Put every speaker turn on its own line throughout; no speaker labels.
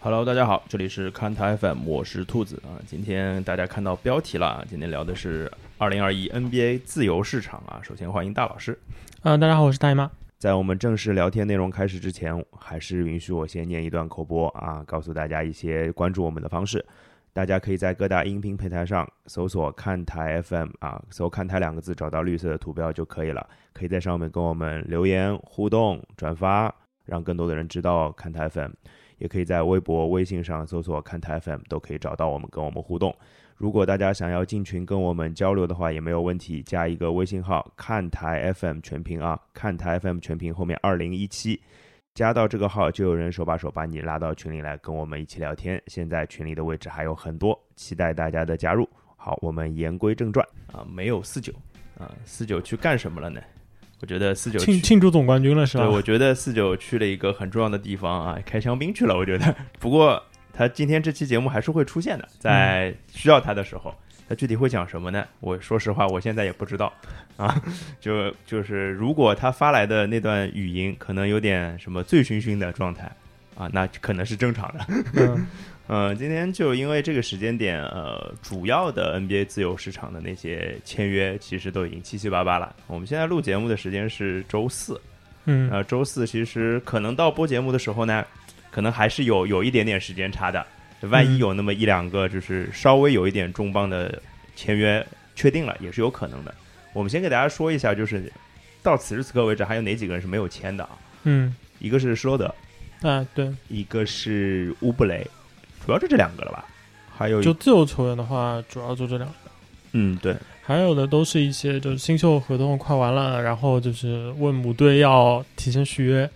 Hello，大家好，这里是看台 FM，我是兔子啊。今天大家看到标题了啊，今天聊的是2021 NBA 自由市场啊。首先欢迎大老师。
呃，大家好，我是大姨妈。
在我们正式聊天内容开始之前，还是允许我先念一段口播啊，告诉大家一些关注我们的方式。大家可以在各大音频平台上搜索“看台 FM” 啊，搜“看台”两个字，找到绿色的图标就可以了。可以在上面跟我们留言互动、转发，让更多的人知道看台 FM。也可以在微博、微信上搜索“看台 FM”，都可以找到我们，跟我们互动。如果大家想要进群跟我们交流的话，也没有问题，加一个微信号“看台 FM 全屏”啊，“看台 FM 全屏”后面二零一七，加到这个号就有人手把手把你拉到群里来跟我们一起聊天。现在群里的位置还有很多，期待大家的加入。好，我们言归正传啊，没有四九啊，四九去干什么了呢？我觉得四九
庆庆祝总冠军了是吧
对，？我觉得四九去了一个很重要的地方啊， 开香槟去了。我觉得， 不过他今天这期节目还是会出现的，在
嗯
需要他的时候，他具体会讲什么呢？我说实话，我现在也不知道 啊。就就是，如果他发来的那段语音可能有点什么醉醺醺的状态啊，那可能是正常的。
嗯，
呃，今天就因为这个时间点，呃，主要的 NBA 自由市场的那些签约其实都已经七七八八了。我们现在录节目的时间是周四，
嗯，
呃，周四其实可能到播节目的时候呢，可能还是有有一点点时间差的。万一有那么一两个就是稍微有一点重磅的签约确定了，也是有可能的。我们先给大家说一下，就是到此时此刻为止，还有哪几个人是没有签的啊？
嗯，
一个是施罗德，
啊，对，
一个是乌布雷，主要就这两个了吧？还有一
就自由球员的话，主要就这两个，
嗯，对，
还有的都是一些就是新秀合同快完了，然后就是问母队要提前续约，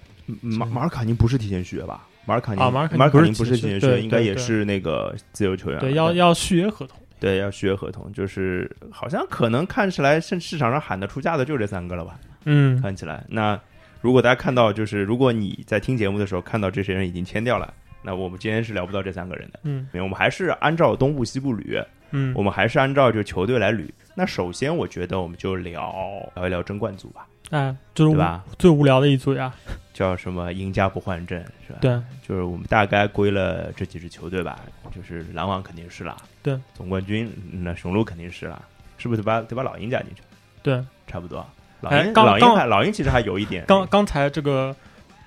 马马尔卡宁不是提前续约吧？马尔卡宁
啊马尔卡宁
马尔卡宁
不
不
是
是
提
提前续
前续约
约，
对
应该
对
也
对
是那个自由球员啊。
对，要要续约合同，
对，要续约合同，就是好像可能看起来，市市场上喊得出价的就这三个了吧？
嗯，
看起来，那如果大家看到，就是如果你在听节目的时候看到这些人已经签掉了，那我们今天是聊不到这三个人的，
嗯，
因为我们还是按照东部西部捋，
嗯
我，们还是按照就球队来捋。那首先，我觉得我们就聊聊一聊争冠组吧，
哎，就是
对
无
吧？
最无聊的一组呀，
叫什么赢家不换阵是吧？
对，
就是我们大概归了这几支球队吧，就是篮网肯定是啦，
对，
总冠军那雄鹿肯定是啦，是不是得把得把老鹰加进去？
对，
差不多。老
哎
鹰
刚
老鹰
刚
还老鹰其实还有一点
刚刚才这个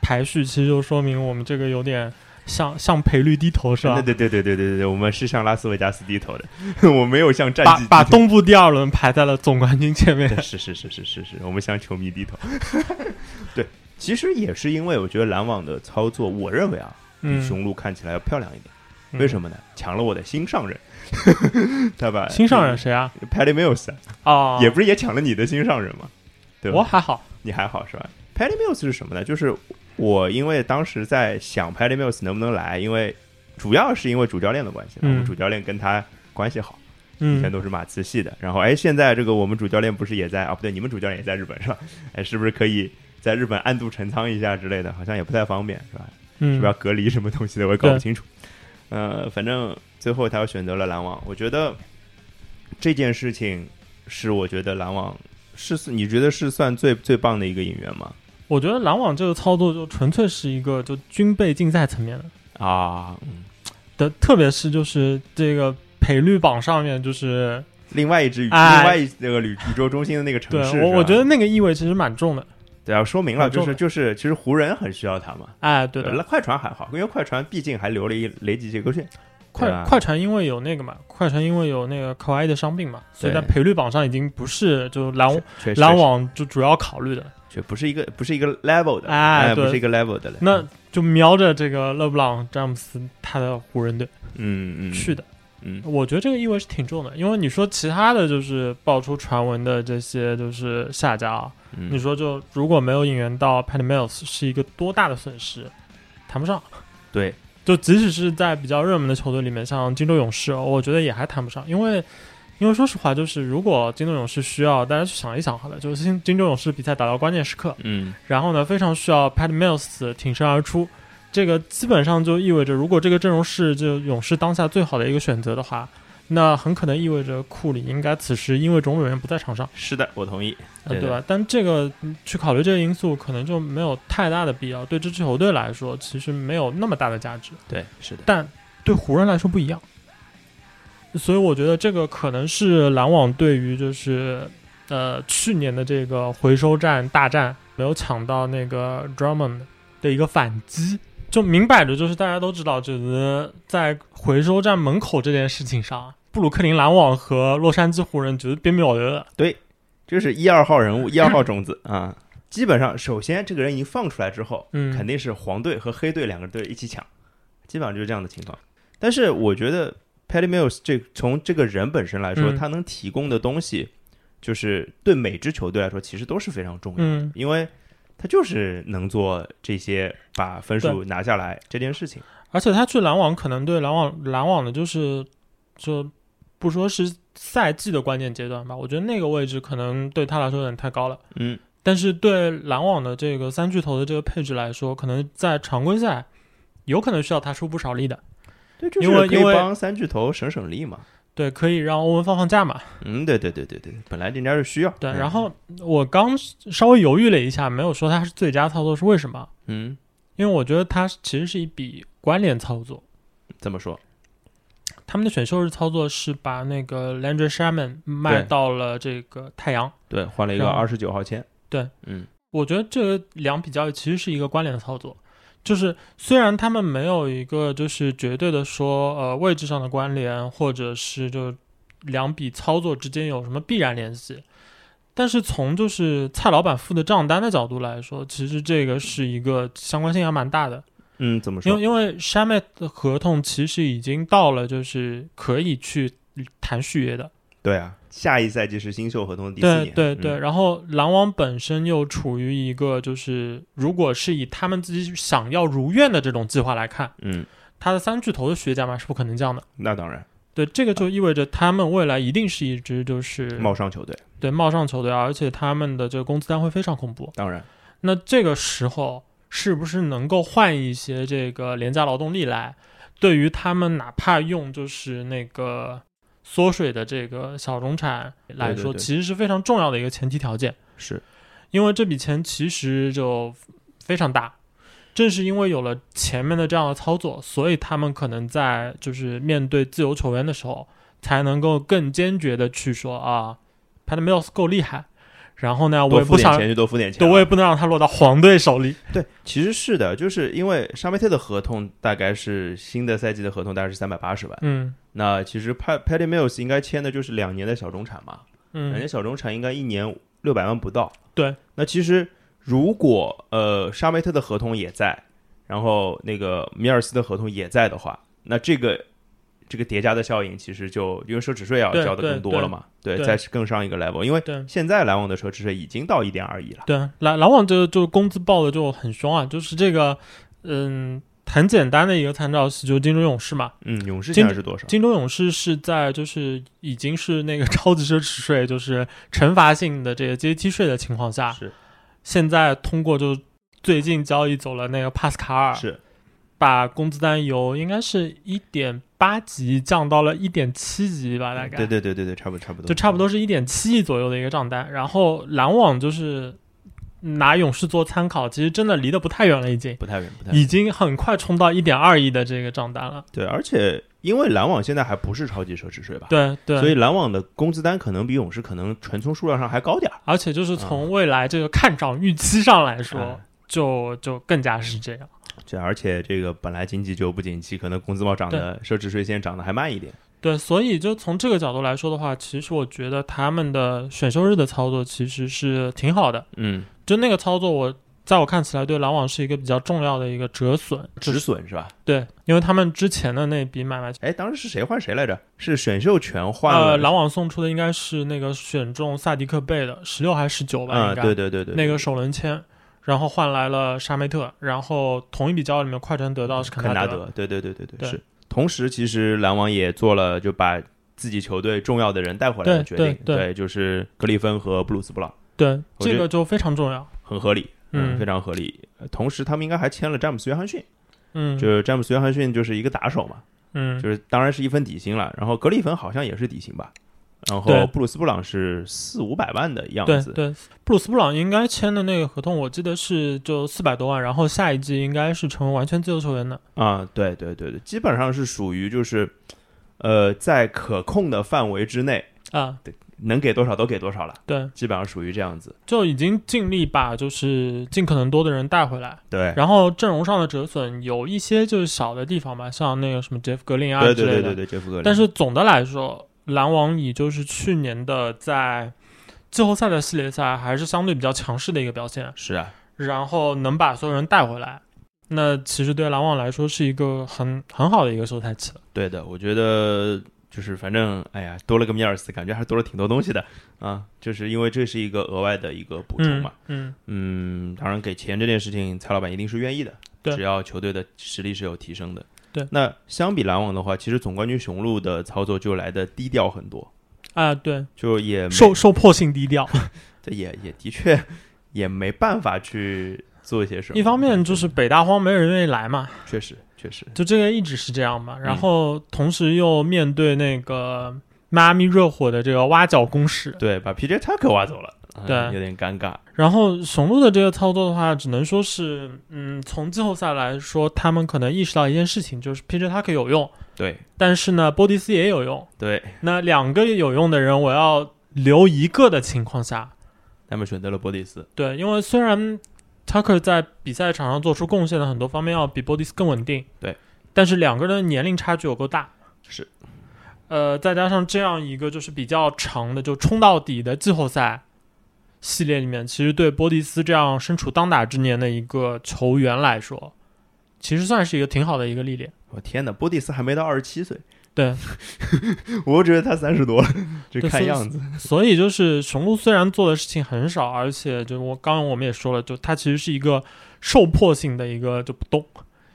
排序其实就说明我们这个有点向向赔率低头是吧
对？对对对对对对，我们是向拉斯维加斯低头的， 我没有向战
把
绩
把
低头
东部第二轮排在了总冠军前面，
是是是是是是，我们向球迷低头。 对，其实也是因为我觉得篮网的操作，我认为啊，比
嗯，
雄鹿看起来要漂亮一点。为什
么？
么呢？抢了我的新上任， 哎对吧？
新上任谁啊？
Patty Mills 啊
啊，
也不是也抢了你的新上任吗？对吧？
我还好，
你还好是吧？Patty Mills 是什么呢？就是我因为当时在想 Patty Mills 能不能来，因为主要是因为主教练的关系，
嗯
我们主教练跟他关系好，以前
嗯，
都是马刺系的。然后哎，现在这个我们主教练不是也在啊？不对，你们主教练也在日本是吧？哎，是不是可以在日本暗度陈仓一下之类的？好像也不太方便是吧？
嗯，
是不是要隔离什么东西的？我也搞不
对
清楚。呃，反正最后他又选择了篮网，我觉得这件事情是我觉得篮网是你觉得是算最最棒的一个引援吗？
我觉得篮网这个操作就纯粹是一个就军备竞赛层面的
啊，
嗯的，特别是就是这个赔率榜上面，就是
另外一支宇、
哎
另外一那个宇宇宙中心的那个城
对
市，
我
是吧
我觉得那个意味其实蛮重的。
对啊，说明了
很
就
重
是就是，其实湖人很需要他嘛。
哎，对
呃
的，
快船还好，因为快船毕竟还留了一雷吉杰克逊，对啊
快
吧
快船因为有那个嘛，快船因为有那个可爱的伤病嘛，所以
对
在赔率榜上已经不是就篮
确实
哦篮网就主要考虑的，
确不是一个不是一个 level 的，
哎
不
对
是一个 level 的了。
那就瞄着这个勒布朗詹姆斯他的湖人队
嗯嗯
去的。
嗯
我觉得这个意味是挺重的，因为你说其他的就是爆出传闻的这些就是下家啊，
嗯
你说就如果没有引援到 Patty Mills 是一个多大的损失，谈不上。
对
就即使是在比较热门的球队里面，像金州勇士，我觉得也还谈不上，因为因为说实话，就是如果金州勇士需要，大家去想一想好了，就是金金州勇士比赛打到关键时刻，
嗯
然后呢非常需要 Patty Mills 挺身而出，这个基本上就意味着，如果这个阵容是就勇士当下最好的一个选择的话，那很可能意味着库里应该此时因为种种原因不在场上，
是的，我同意。
呃、
对
对
的
吧？但这个嗯去考虑这个因素，可能就没有太大的必要。对这支球队来说，其实没有那么大的价值，
对，是的。
但对湖人来说不一样。所以我觉得这个可能是篮网对于就是呃去年的这个回收站大战没有抢到那个 Drummond 的一个反击，就明摆着就是大家都知道，就是在回收站门口这件事情上，布鲁克林篮网和洛杉矶湖人绝对别秒的。
这是一二号人物，一二号种子啊。基本上，首先这个人已经放出来之后，
嗯
肯定是黄队和黑队两个队一起抢，基本上就是这样的情况。但是我觉得 Patty Mills 这从这个人本身来说，
嗯
他能提供的东西，就是对每支球队来说其实都是非常重要的，
嗯，
因为他就是能做这些把分数拿下来这件事情。
而且他去篮网可能对篮网篮网的就是就不说是赛季的关键阶段吧，我觉得那个位置可能对他来说有点太高了。
嗯，
但是对篮网的这个三巨头的这个配置来说，可能在常规赛有可能需要他出不少力的，
对，就
因为
是可以
因为
帮三巨头省省力嘛。
对，可以让欧文放放假嘛。
嗯，对对对对对，本来人家是需要。
对，
嗯
然后我刚稍微犹豫了一下，没有说他是最佳操作是为什么，
嗯，
因为我觉得他其实是一笔关联操作。
怎么说？
他们的选秀日操作是把那个 Landry Shaman 卖
对
到了这个太阳，
对，换了一个
然后
二十九号签。
对，
嗯，
我觉得这个两笔交易其实是一个关联的操作，就是虽然他们没有一个就是绝对的说呃位置上的关联，或者是就两笔操作之间有什么必然联系，但是从就是蔡老板付的账单的角度来说，其实这个是一个相关性还蛮大的，
嗯，怎么
因
说
为？因为 s h a m e 的合同其实已经到了就是可以去谈续约的，
对啊，下一赛季是新秀合同的第四
对
年。
对
嗯
对，，然后篮网本身又处于一个就是，如果是以他们自己想要如愿的这种计划来看，
嗯，
他的三巨头的血价嘛是不可能降的。
那当然，
对，这个就意味着他们未来一定是一支就是
冒上球队，
对冒上球队，啊而且他们的这个工资单会非常恐怖。
当然，
那这个时候是不是能够换一些这个廉价劳动力来？对于他们哪怕用就是那个缩水的这个小中产来
对
说，
对对
其实是非常重要的一个前提条件。
是
因为这笔钱其实就非常大。正是因为有了前面的这样的操作，所以他们可能在就是面对自由球员的时候，才能够更坚决的去说啊 p a t m i l l s 够厉害，然后呢，我
多
也
付
不
点
想，
钱就多付点钱
对，
啊。
我也不能让他落到黄队手里。
对，其实是的，就是因为沙梅特的合同大概是新的赛季的合同大概是三百八十万，
嗯
那其实 Pat Patty Mills 应该签的就是两年的小中产嘛，人家
嗯，
小中产应该一年六百万不到。
对，
那其实如果呃沙梅特的合同也在，然后那个米尔斯的合同也在的话，那这个这个叠加的效应其实就因为奢侈税要
对
交的更多了嘛，对，
对
再更上一个 level，因为
对
现在篮网的奢侈税已经到一点二亿了。
对，篮篮网就就工资报的就很凶啊，就是这个，嗯，很简单的一个参照系，就是金州勇士嘛，
嗯，勇士
今
现在是多少？
金州勇士是在就是已经是那个 超级奢侈税，就是惩罚性的这个阶梯税的情况下，
是
现在通过就最近交易走了那个帕斯卡尔，
是，
把工资单由应该是一点八级降到了一点七级吧，大概
嗯对对对对对，差不多差不多，
就差不多是一点七亿左右的一个账单。然后篮网就是拿勇士做参考，其实真的离得不太远了，已经
不太远，不太远。
已经很快冲到一点二亿的这个账单了。
对，而且因为篮网现在还不是超级奢侈税吧？
对对，
所以篮网的工资单可能比勇士可能纯从数量上还高点儿。
而且就是从未来这个看涨预期上来说，
嗯
就就更加是这样。
这而且这个本来经济就不景气，可能工资帽涨的，奢侈税先涨的还慢一点。
对，所以就从这个角度来说的话，其实我觉得他们的选秀日的操作其实是挺好的。
嗯，
就那个操作我，在我看起来对篮网是一个比较重要的一个折损。
止损是吧？
对，因为他们之前的那笔买呃卖，
哎，当时是谁换谁来着？是选秀权换了啊
呃，篮网送出的应该是那个选中萨迪克贝的十六还是十九吧？
啊、
应该、
对对对对，
那个首轮签。然后换来了沙梅特，然后同一笔交易里面，快船得到的是肯
肯
纳
纳
德，
德，对对对对对
对
是。同时，其实篮网也做了就把自己球队重要的人带回来的
对
决定，
对对
就是格里芬和布鲁斯布朗，
对，
我觉
这
得
个就非常重要。
很合理，
嗯
非常合理。呃同时，他们应该还签了詹姆斯·约翰逊，
嗯，
就是詹姆斯·约翰逊就是一个打手嘛，
嗯，
就是当然是一分底薪了。然后格里芬好像也是底薪吧，然后
对
布鲁斯布朗是四五百万的样
对
子，
对，布鲁斯布朗应该签的那个合同，我记得是就四百多万，然后下一季应该是成为完全自由球员的。
啊，对对对对，基本上是属于就是，呃，在可控的范围之内，
啊，
能给多少都给多少了，
对，
基本上属于这样子。
就已经尽力把就是尽可能多的人带回来，
对，
然后阵容上的折损有一些就是小的地方吧，像那个什么杰夫格林啊之
对
类
对
的。
对对对，杰夫格林。
但是总的来说，篮网以就是去年的在季后赛的系列赛还是相对比较强势的一个表现，
是啊，
然后能把所有人带回来，那其实对篮网来说是一个很很好的一个收菜期了。
对的，我觉得就是反正哎呀，多了个米尔斯，感觉还是多了挺多东西的啊，就是因为这是一个额外的一个补充
嗯
嘛。
嗯，
嗯，当然给钱这件事情，蔡老板一定是愿意的，
对
只要球队的实力是有提升的。
对
那相比篮网的话，其实总冠军雄鹿的操作就来的低调很多，
啊，对，
就也没
受受迫性低调。
这也也的确也没办法去做一些什么。
一方面就是北大荒没人愿意来嘛，
确实确实
就这个一直是这样嘛。然后同时又面对那个迈阿密热火的这个挖角攻势，
对，把 PJ Tucker 挖走了，嗯
对
有点尴尬。
然后雄鹿的这个操作的话，只能说是，嗯，从季后赛来说，他们可能意识到一件事情，就是 PJ Tucker 有用，
对
但是呢，波蒂斯也有用。
对，
那两个有用的人，我要留一个的情况下，
他们选择了波蒂斯。
对，因为虽然 Tucker 在比赛场上做出贡献的很多方面要比波蒂斯更稳定，
对，
但是两个人的年龄差距有够大，
是，
呃，再加上这样一个就是比较长的就冲到底的季后赛系列里面，其实对波蒂斯这样身处当打之年的一个球员来说，其实算是一个挺好的一个历练。
我天哪，波蒂斯还没到二十七岁。
对，
我觉得他三十多了，就
对所
看
以
样子。
所以就是雄鹿虽然做的事情很少，而且就我刚刚我们也说了，就它其实是一个受迫性的一个就不动，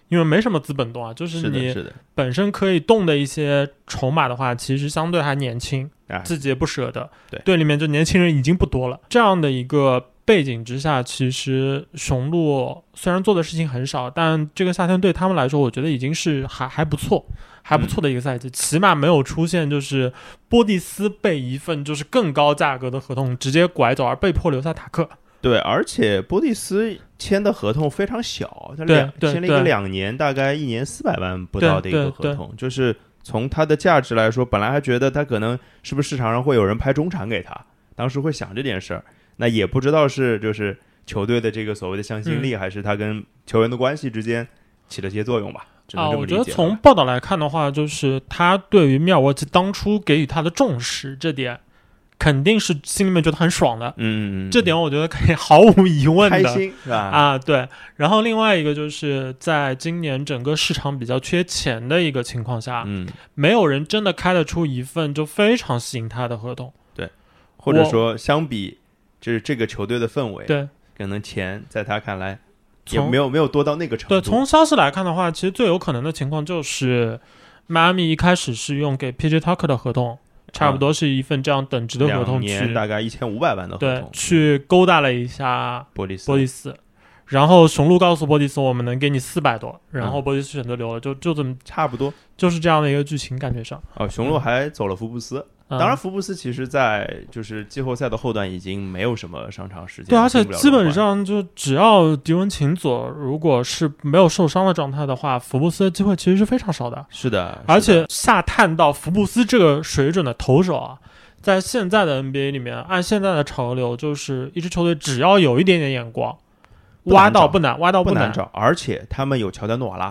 因为没什么资本动啊，就是
是的，
你
是的
本身可以动的一些筹码的话，其实相对还年轻，
啊，
自己也不舍得。
对
队里面就年轻人已经不多了，这样的一个背景之下，其实雄鹿虽然做的事情很少，但这个夏天对他们来说，我觉得已经是还还不错，还不错的一个赛季，起码没有出现就是波蒂斯被一份就是更高价格的合同直接拐走而被迫留下塔克。
对，而且波蒂斯签的合同非常小，他
对
两
对
签了一个
对
两年，大概一年四百万不到的一个
对对
合同，就是从他的价值来说，本来还觉得他可能是不是市场上会有人拍中产给他，当时会想这件事儿，那也不知道是就是球队的这个所谓的向心
嗯
力，还是他跟球员的关系之间起了些作用吧，只能
啊，
这么
我
理解
觉
了。
得从报道来看的话，就是他对于密尔沃基当初给予他的重视，这点肯定是心里面觉得很爽的。
嗯，嗯嗯
这点我觉得可以毫无疑问
开
的
心是吧？
啊，对。然后另外一个就是在今年整个市场比较缺钱的一个情况下，
嗯，
没有人真的开得出一份就非常吸引他的合同。
或者
我
说相比就是这个球队的氛围，
对，
可能钱在他看来也
从
没有没有多到那个程度。
对，从消息来看的话，其实最有可能的情况就是，迈阿密一开始是用给 PJ Tucker 的合同，差不多是一份这样等值的合
啊两
同去
年大概一千五百万的合
对
同，
去勾搭了一下
波利斯，
波蒂斯。然后雄鹿告诉波蒂斯，我们能给你四百多，然后
嗯
波蒂斯选择留了，就就这么
差不多。
就是这样的一个剧情，感觉上。
哦，雄鹿还走了福布斯，
嗯、
当然福布斯其实，在就是季后赛的后段已经没有什么上场时间，
对，而且
进不了
基本
轮换
上就只要迪文琴佐如果是没有受伤的状态的话，福布斯的机会其实是非常少的。
是的，
而
是的
且哦下探到福布斯这个水准的投手啊，在现在的 NBA 里面，按现在的潮流，就是一支球队只要有一点点眼光，
不难
挖到
找
不难，挖到
不
难
难找，而且他们有乔丹诺瓦拉，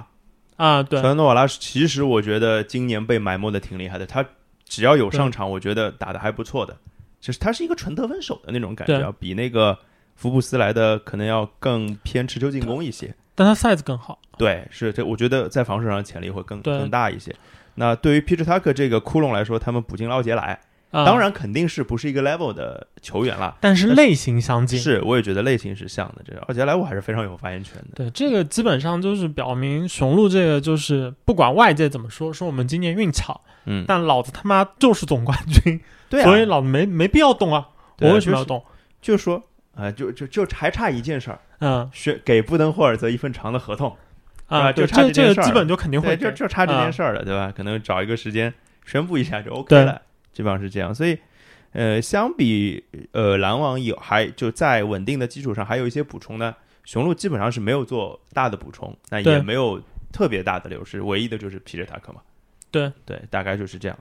啊。
乔
对，
丹诺瓦拉其实我觉得今年被埋没的挺厉害的，他只要有上场，我觉得打的还不错的，就是他是一个纯得分手的那种感觉啊，比那个福布斯来的可能要更偏持球进攻一些。
但他 size 更好。
对，是这，我觉得在防守上潜力会更
对
更大一些。那对于 p e t e Tucker 这个窟窿来说，他们补进了奥杰莱，
啊、
当，然肯定是不是一个 level 的球员了。
但是类型相近。
是，我也觉得类型是像的。这奥杰莱我还是非常有发言权的。
对，这个基本上就是表明雄鹿这个就是不管外界怎么说，说我们今年运巧，
嗯，
但老子他妈就是总冠军，
对啊，
所以老子没没必要动啊。
对啊
我为什么
就
要
是哎
动？
就说啊、呃就就就还差一件事儿，
嗯，
选给布登霍尔泽一份长的合同，
啊，
啊就
对
差
这
这件
这
事
个
儿
基本就肯定 会
对，就
给
就差这
啊
件事儿了，对吧？可能找一个时间宣布一下就 OK
对
了，基本上是这样。所以，呃，相比呃篮网有还就在稳定的基础上还有一些补充呢，雄鹿基本上是没有做大的补充，那也
对
没有特别大的流失，唯一的就是皮特塔克嘛。
对
对，大概就是这样。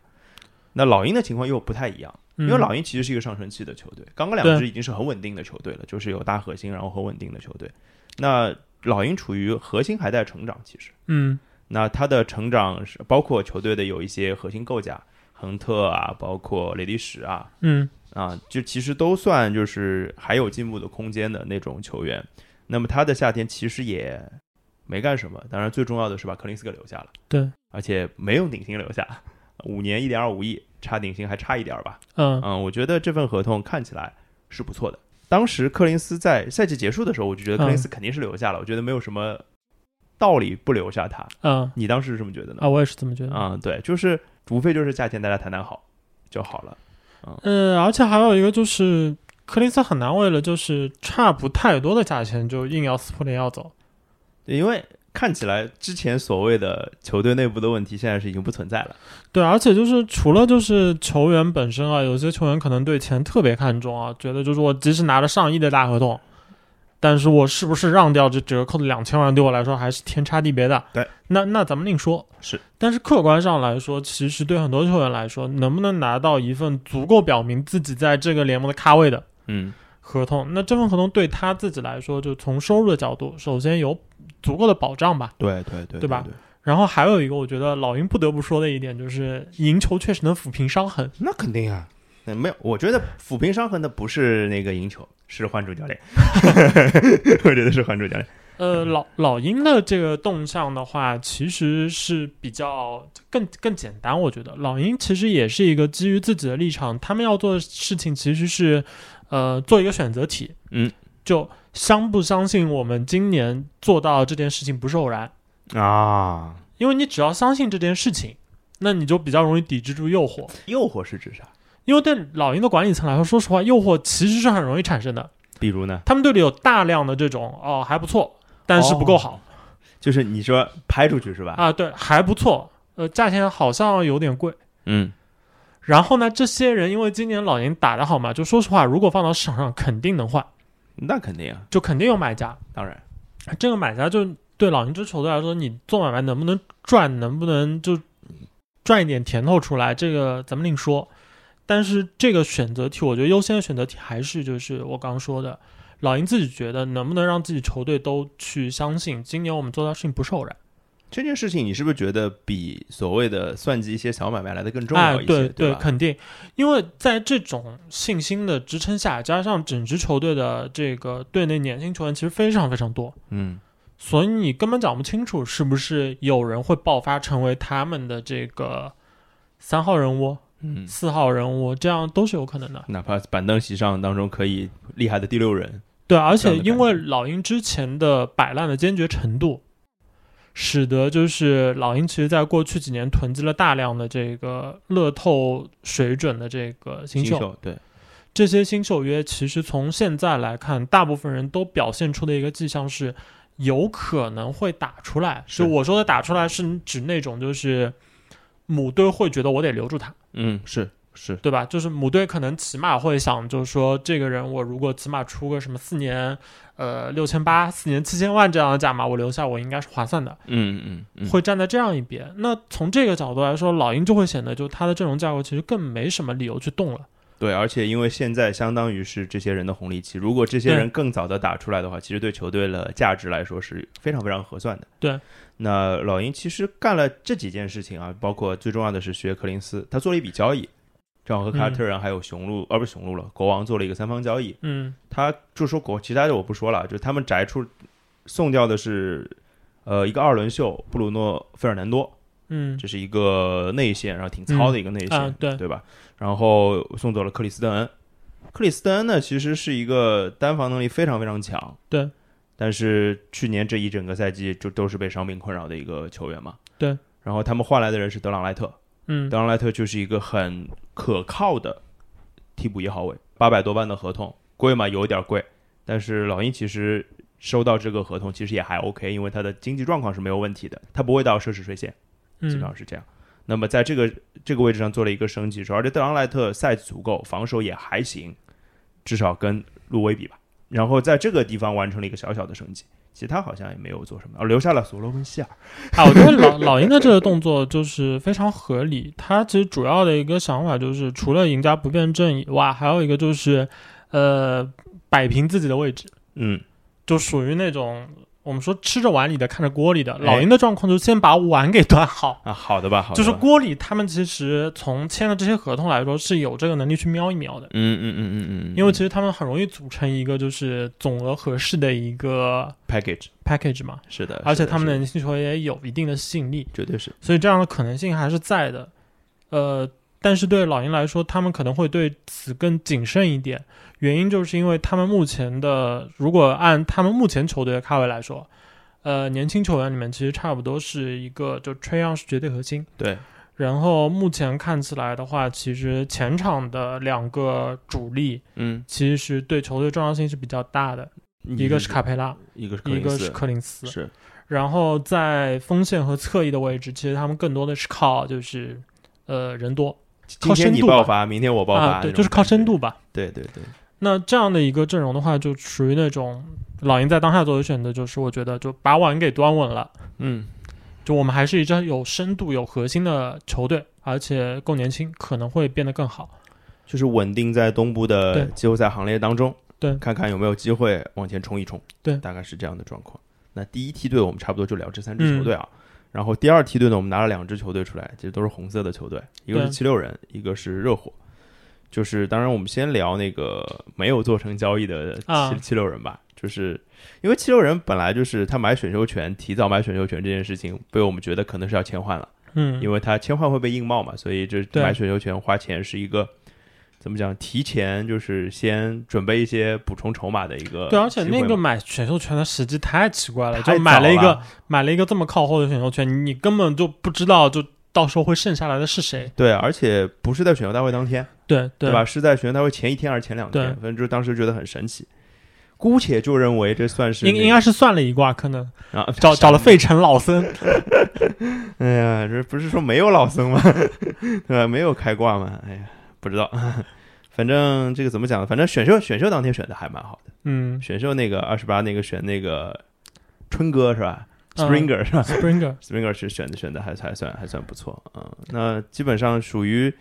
那老鹰的情况又不太一样，因
嗯
为老鹰其实是一个上升期的球队，刚刚两
对
支已经是很稳定的球队了，就是有大核心，然后很稳定的球队。那老鹰处于核心还在成长，其实。
嗯
那他的成长是包括球队的有一些核心构架，亨特啊，包括雷迪什啊，
嗯
啊，就其实都算就是还有进步的空间的那种球员。那么他的夏天其实也没干什么，当然最重要的是把克林斯给留下了，
对，
而且没有顶薪留下， 五年一点二五亿，差顶薪还差一点儿吧。
嗯
嗯，我觉得这份合同看起来是不错的。当时柯林斯在赛季结束的时候，我就觉得柯林斯肯定是留下了，我觉得没有什么道理不留下他。
嗯
你当时是这么觉得呢？
啊，我也是这么觉得。
啊、对，就是无非就是价钱大家谈谈好就好了。
嗯，而且还有一个就是柯林斯很难为了就是差不太多的价钱就硬要斯普林要走。
对因为看起来之前所谓的球队内部的问题，现在是已经不存在了。
对，而且就是除了就是球员本身啊，有些球员可能对钱特别看重啊，觉得就是我即使拿了上亿的大合同，但是我是不是让掉这折扣的两千万，对我来说还是天差地别的。
对，
那那咱们另说。
是，
但是客观上来说，其实对很多球员来说，能不能拿到一份足够表明自己在这个联盟的咖位的
嗯，
合同，那这份合同对他自己来说，就从收入的角度，首先有足够的保障吧。
对对对
对吧？然后还有一个，我觉得老鹰不得不说的一点就是，赢球确实能抚平伤痕。
那肯定啊。那没有，我觉得抚平伤痕的不是那个赢球，是换主教 练。我觉得是换主教练。
呃，老老鹰的这个动向的话，其实是比较更更简单。我觉得老鹰其实也是一个基于自己的立场，他们要做的事情其实是，呃，做一个选择题。
嗯，
就相不相信我们今年做到这件事情不是偶然。
啊，
因为你只要相信这件事情，那你就比较容易抵制住诱惑。
诱惑是指啥？
因为对老鹰的管理层来说，说实话，诱惑其实是很容易产生的。
比如呢，
他们队里有大量的这种哦还不错，但是不够好、
就是你说拍出去是吧？
啊，对，还不错，呃，价钱好像有点贵。
嗯，
然后呢，这些人因为今年老鹰打得好嘛，就说实话，如果放到市场上肯定能换，
那肯定啊，
就肯定有买家。
当然，
这个买家就对老鹰这支球队来说，你做买卖能不能赚，能不能就赚一点甜头出来，这个咱们另说。但是这个选择题，我觉得优先的选择题还是就是我刚刚说的，老鹰自己觉得能不能让自己球队都去相信，今年我们做到的事情不是偶然。
这件事情你是不是觉得比所谓的算计一些小买卖来的更重
哎
要，一些？
对
对吧？
肯定，因为在这种信心的支撑下，加上整支球队的这个队内年轻球员其实非常非常多，
嗯，
所以你根本讲不清楚是不是有人会爆发成为他们的这个三号人物、
嗯，
四号人物，这样都是有可能的。
哪怕板凳席上当中可以厉害的第六人，
对，而
这
且
样的感觉
因为老鹰之前的摆烂的坚决程度，使得就是老鹰其实在过去几年囤积了大量的这个乐透水准的这个新秀，
秀，对，
这些新秀约其实从现在来看，大部分人都表现出的一个迹象是，有可能会打出来。
是
就我说的打出来，是指那种就是母队会觉得我得留住他，
嗯，是是，
对吧？就是母队可能起码会想，就是说这个人我如果起码出个什么四年，呃六千八、四年七千万这样的价码，我留下我应该是划算的，
嗯嗯嗯，
会站在这样一边。那从这个角度来说，老鹰就会显得就他的阵容架构其实更没什么理由去动了。
对，而且因为现在相当于是这些人的红利期，如果这些人更早的打出来的话，其实对球队的价值来说是非常非常合算的。
对，
那老鹰其实干了这几件事情啊，包括最重要的是学克林斯，他做了一笔交易，正好和卡特人还有雄鹿，呃而不是雄鹿了，国王做了一个三方交易。
嗯
他就说国，其他的我不说了，就他们摘出送掉的是呃一个二轮秀布鲁诺费尔南多，
嗯
这是一个内线，然后挺糙的一个内线，
嗯啊对
吧？然后送走了克里斯登恩，克里斯登恩呢，其实是一个单防能力非常非常强，
对，
但是去年这一整个赛季就都是被伤病困扰的一个球员嘛，
对。
然后他们换来的人是德朗莱特，
嗯
德朗莱特就是一个很可靠的替补一号位，八百多万的合同，贵嘛有点贵，但是老鹰其实收到这个合同，其实也还 OK，因为他的经济状况是没有问题的，他不会到奢侈税线，基本
嗯
上是这样。那么在这个这个位置上做了一个升级，而且特朗莱特 size 足够，防守也还行，至少跟路威比吧。然后在这个地方完成了一个小小的升级，其他好像也没有做什么，而哦留下了索罗门希尔。
啊，我觉得老老鹰的这个动作就是非常合理。他其实主要的一个想法就是，除了赢家不变阵以外，还有一个就是，呃，摆平自己的位置，
嗯，
就属于那种我们说吃着碗里的看着锅里的。
哎
老鹰的状况就是先把碗给端好，
啊， 好的吧，好的吧，
就是锅里他们其实从签的这些合同来说是有这个能力去瞄一瞄的，
嗯嗯嗯嗯嗯，
因为其实他们很容易组成一个就是总额合适的一个
package
package 嘛，
是的，
而且
呃是的
他们
是
的年轻球员也有一定的吸引力。
绝对是，
所以这样的可能性还是在的。呃，但是对老鹰来说，他们可能会对此更谨慎一点，原因就是因为他们目前的，如果按他们目前球队的咖位来说，呃，年轻球员里面其实差不多是一个，就 t r 是绝对核心。
对，
然后目前看起来的话，其实前场的两个主力
嗯，
其实是对球队重要性是比较大的，一个是卡，佩拉，
一嗯个是克
一
林
个
斯
是柯林斯。
是
然后在锋线和侧翼的位置，其实他们更多的是靠就是呃人多
今
靠
天
深
你
度吧
爆发，明天我爆发
啊，，
那
对，
种
就是靠
感觉
深度，吧。
对对对，
那这样的一个阵容的话，就属于那种老鹰在当下做的选择，就是我觉得就把碗给端稳了，
嗯，
就我们还是一支有深度、有核心的球队，而且够年轻，可能会变得更好。
就是稳定在东部的
对
季后赛行列当中，
对
看看有没有机会往前冲一冲，
对
大概是这样的状况。那第一梯队我们差不多就聊这三
嗯
支球队啊，然后第二梯队呢，我们拿了两支球队出来，其实都是红色的球队，一个是
对
七六人，一个是热火。就是，当然，我们先聊那个没有做成交易的
啊
七七六人吧。就是因为七六人本来就是他买选秀权，提早买选秀权这件事情，被我们觉得可能是要签换了。
嗯，
因为它切换会被硬贸嘛，所以这
对
买选秀权花钱是一个怎么讲？提前就是先准备一些补充筹码的一个
对，而且
机会
那个
嘛
买选秀权的时机太奇怪了，
太
就买
早
了一个
了
买了一个这么靠后的选秀权，你你根本就不知道就到时候会剩下来的是谁。
对，而且不是在选秀大会当天，
对
对
对
吧？？是在选秀大会前一天还是前两天？
对
反正就当时觉得很神奇。姑且就认为这算是
应
那
应该是算了一卦，可能
啊，
找找了费城老僧。
哎呀，这不是说没有老僧吗？ 对吧？没有开挂吗？哎呀，不知道。 反正这个怎么讲呢？反正选秀选秀当天选的还蛮好的，
嗯
选秀那个二十八那个选那个春哥是吧？Springer、是吧？
嗯 ，Springer，
Springer 是选的选的还还算还算不错，嗯，那基本上属于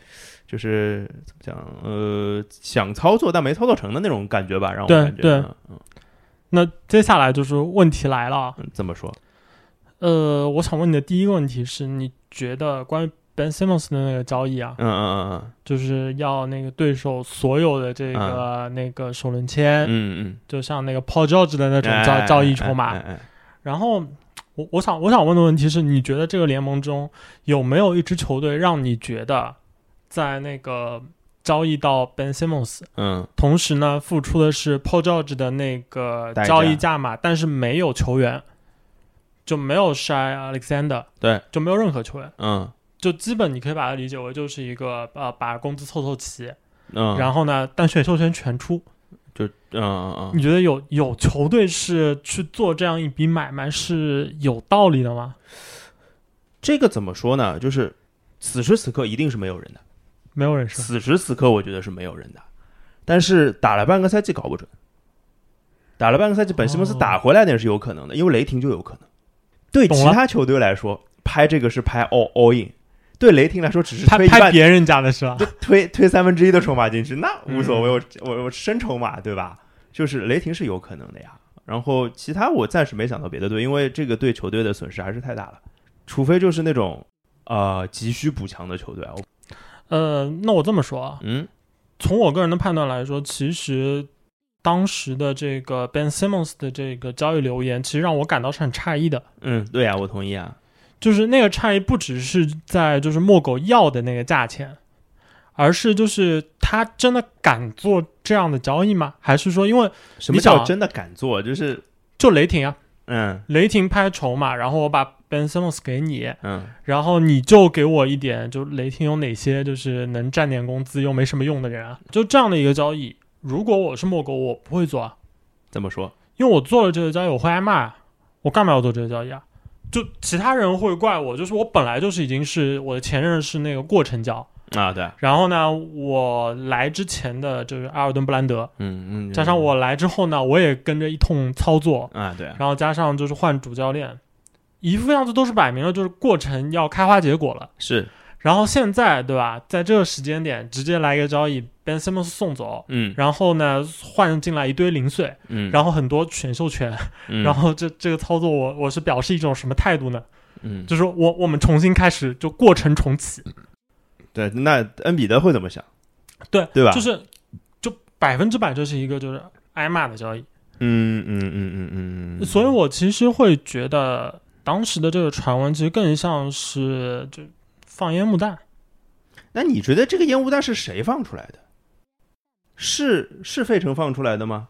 就是怎么讲，呃，想操作但没操作成的那种感觉吧，让我
对
感觉，
对
嗯
那接下来就是问题来了啊。
嗯，这么说，
呃，我想问你的第一个问题是，你觉得关于 Ben Simmons 的那个交易啊，
嗯嗯
就是要那个对手所有的这个、那个首轮签，
啊嗯嗯嗯
就像那个 Paul George 的那
嗯，
哎种
哎
交交易筹码。
哎哎哎哎
然后我我想我想问的问题是，你觉得这个联盟中有没有一支球队让你觉得在那个交易到 Ben Simmons
嗯，
同时呢，付出的是 Paul George 的那个
代价
交易价码，但是没有球员，就没有 Shy Alexander，
对，
就没有任何球员，
嗯
就基本你可以把它理解为就是一个呃，把工资凑凑齐，
嗯，后
然后呢，但选秀权全出。
就嗯嗯嗯，
你觉得有有球队是去做这样一笔买卖是有道理的吗？
这个怎么说呢？就是此时此刻一定是没有人的，
没有人说，
此时此刻我觉得是没有人的，但是打了半个赛季搞不准，打了半个赛季，本西蒙斯
哦
打回来那也是有可能的，因为雷霆就有可能。对
懂
其
了
他球队来说，拍这个是拍 all all in，对雷霆来说只是
他
推一
拍
半，
别人家的是吧？
就推推三分之一的筹码进 去，那无所谓，
嗯
我我我深筹码对吧？就是雷霆是有可能的呀。然后其他我暂时没想到别的队，因为这个对球队的损失还是太大了，除非就是那种呃急需补强的球队啊。我
呃，那我这么说啊，
嗯
从我个人的判断来说，其实当时的这个 Ben Simmons 的这个交易留言，其实让我感到是很诧异的。
嗯，对呀、我同意啊。
就是那个诧异，不只是在就是莫狗要的那个价钱，而是就是他真的敢做这样的交易吗？还是说，因为
什么
你想
叫
啊
真的敢做？就是
就雷霆啊，
嗯
雷霆拍筹码，然后我把 Ben Simmons 给你，
嗯
然后你就给我一点，就雷霆有哪些就是能占点工资又没什么用的人啊？就这样的一个交易，如果我是莫狗，我不会做啊。
这么说？
因为我做了这个交易，我会挨骂，我干嘛要做这个交易啊？就其他人会怪我，就是我本来就是已经是我的前任是那个过程交，
啊，对，
然后呢，我来之前的就是阿尔顿布兰德，
嗯嗯，
加上我来之后呢，我也跟着一通操作，
啊，对，
然后加上就是换主教练，一副样子都是摆明了就是过程要开花结果了。
是，
然后现在对吧，在这个时间点直接来一个交易，Ben Simmons 送走，
嗯
然后呢换进来一堆零碎，
嗯，
然后很多选秀权，
嗯
然后这这个操作我我是表示一种什么态度呢？
嗯，
就是我我们重新开始，就过程重启，
对，那恩比德会怎么想？
对
对吧？
就是就百分之百这是一个就是挨骂的交易。
嗯嗯嗯嗯嗯，
所以
以
我其实会觉得当时的这个传闻其实更像是就放烟幕弹。
那你觉得这个烟雾弹是谁放出来的？是是费城放出来的吗？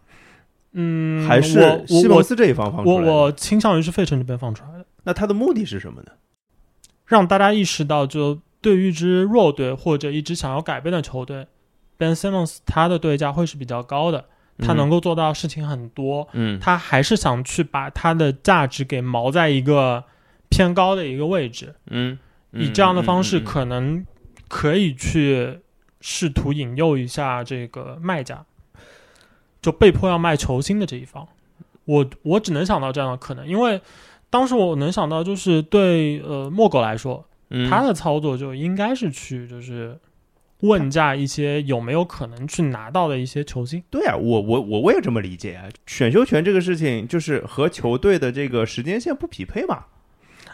嗯，
还是
我
西蒙
我
斯这一方放
我
出
我
来的？
我倾向于是费城这边放出来的，
那他的目的是什么呢？
让大家意识到，就对于一支弱队或者一支想要改变的球队，Ben Simmons 他的对价会是比较高的，他能够做到事情很多，
嗯
他还是想去把他的价值给锚在一个偏高的一个位置。
嗯，
以这样的方
嗯
式
嗯嗯
可能可以去试图引诱一下这个卖家，就被迫要卖球星的这一方。我我只能想到这样的可能，因为当时我能想到就是对呃莫狗来说，
嗯
他的操作就应该是去就是问价一些有没有可能去拿到的一些球星。
对啊，我我我我也这么理解啊。选秀权这个事情就是和球队的这个时间线不匹配嘛，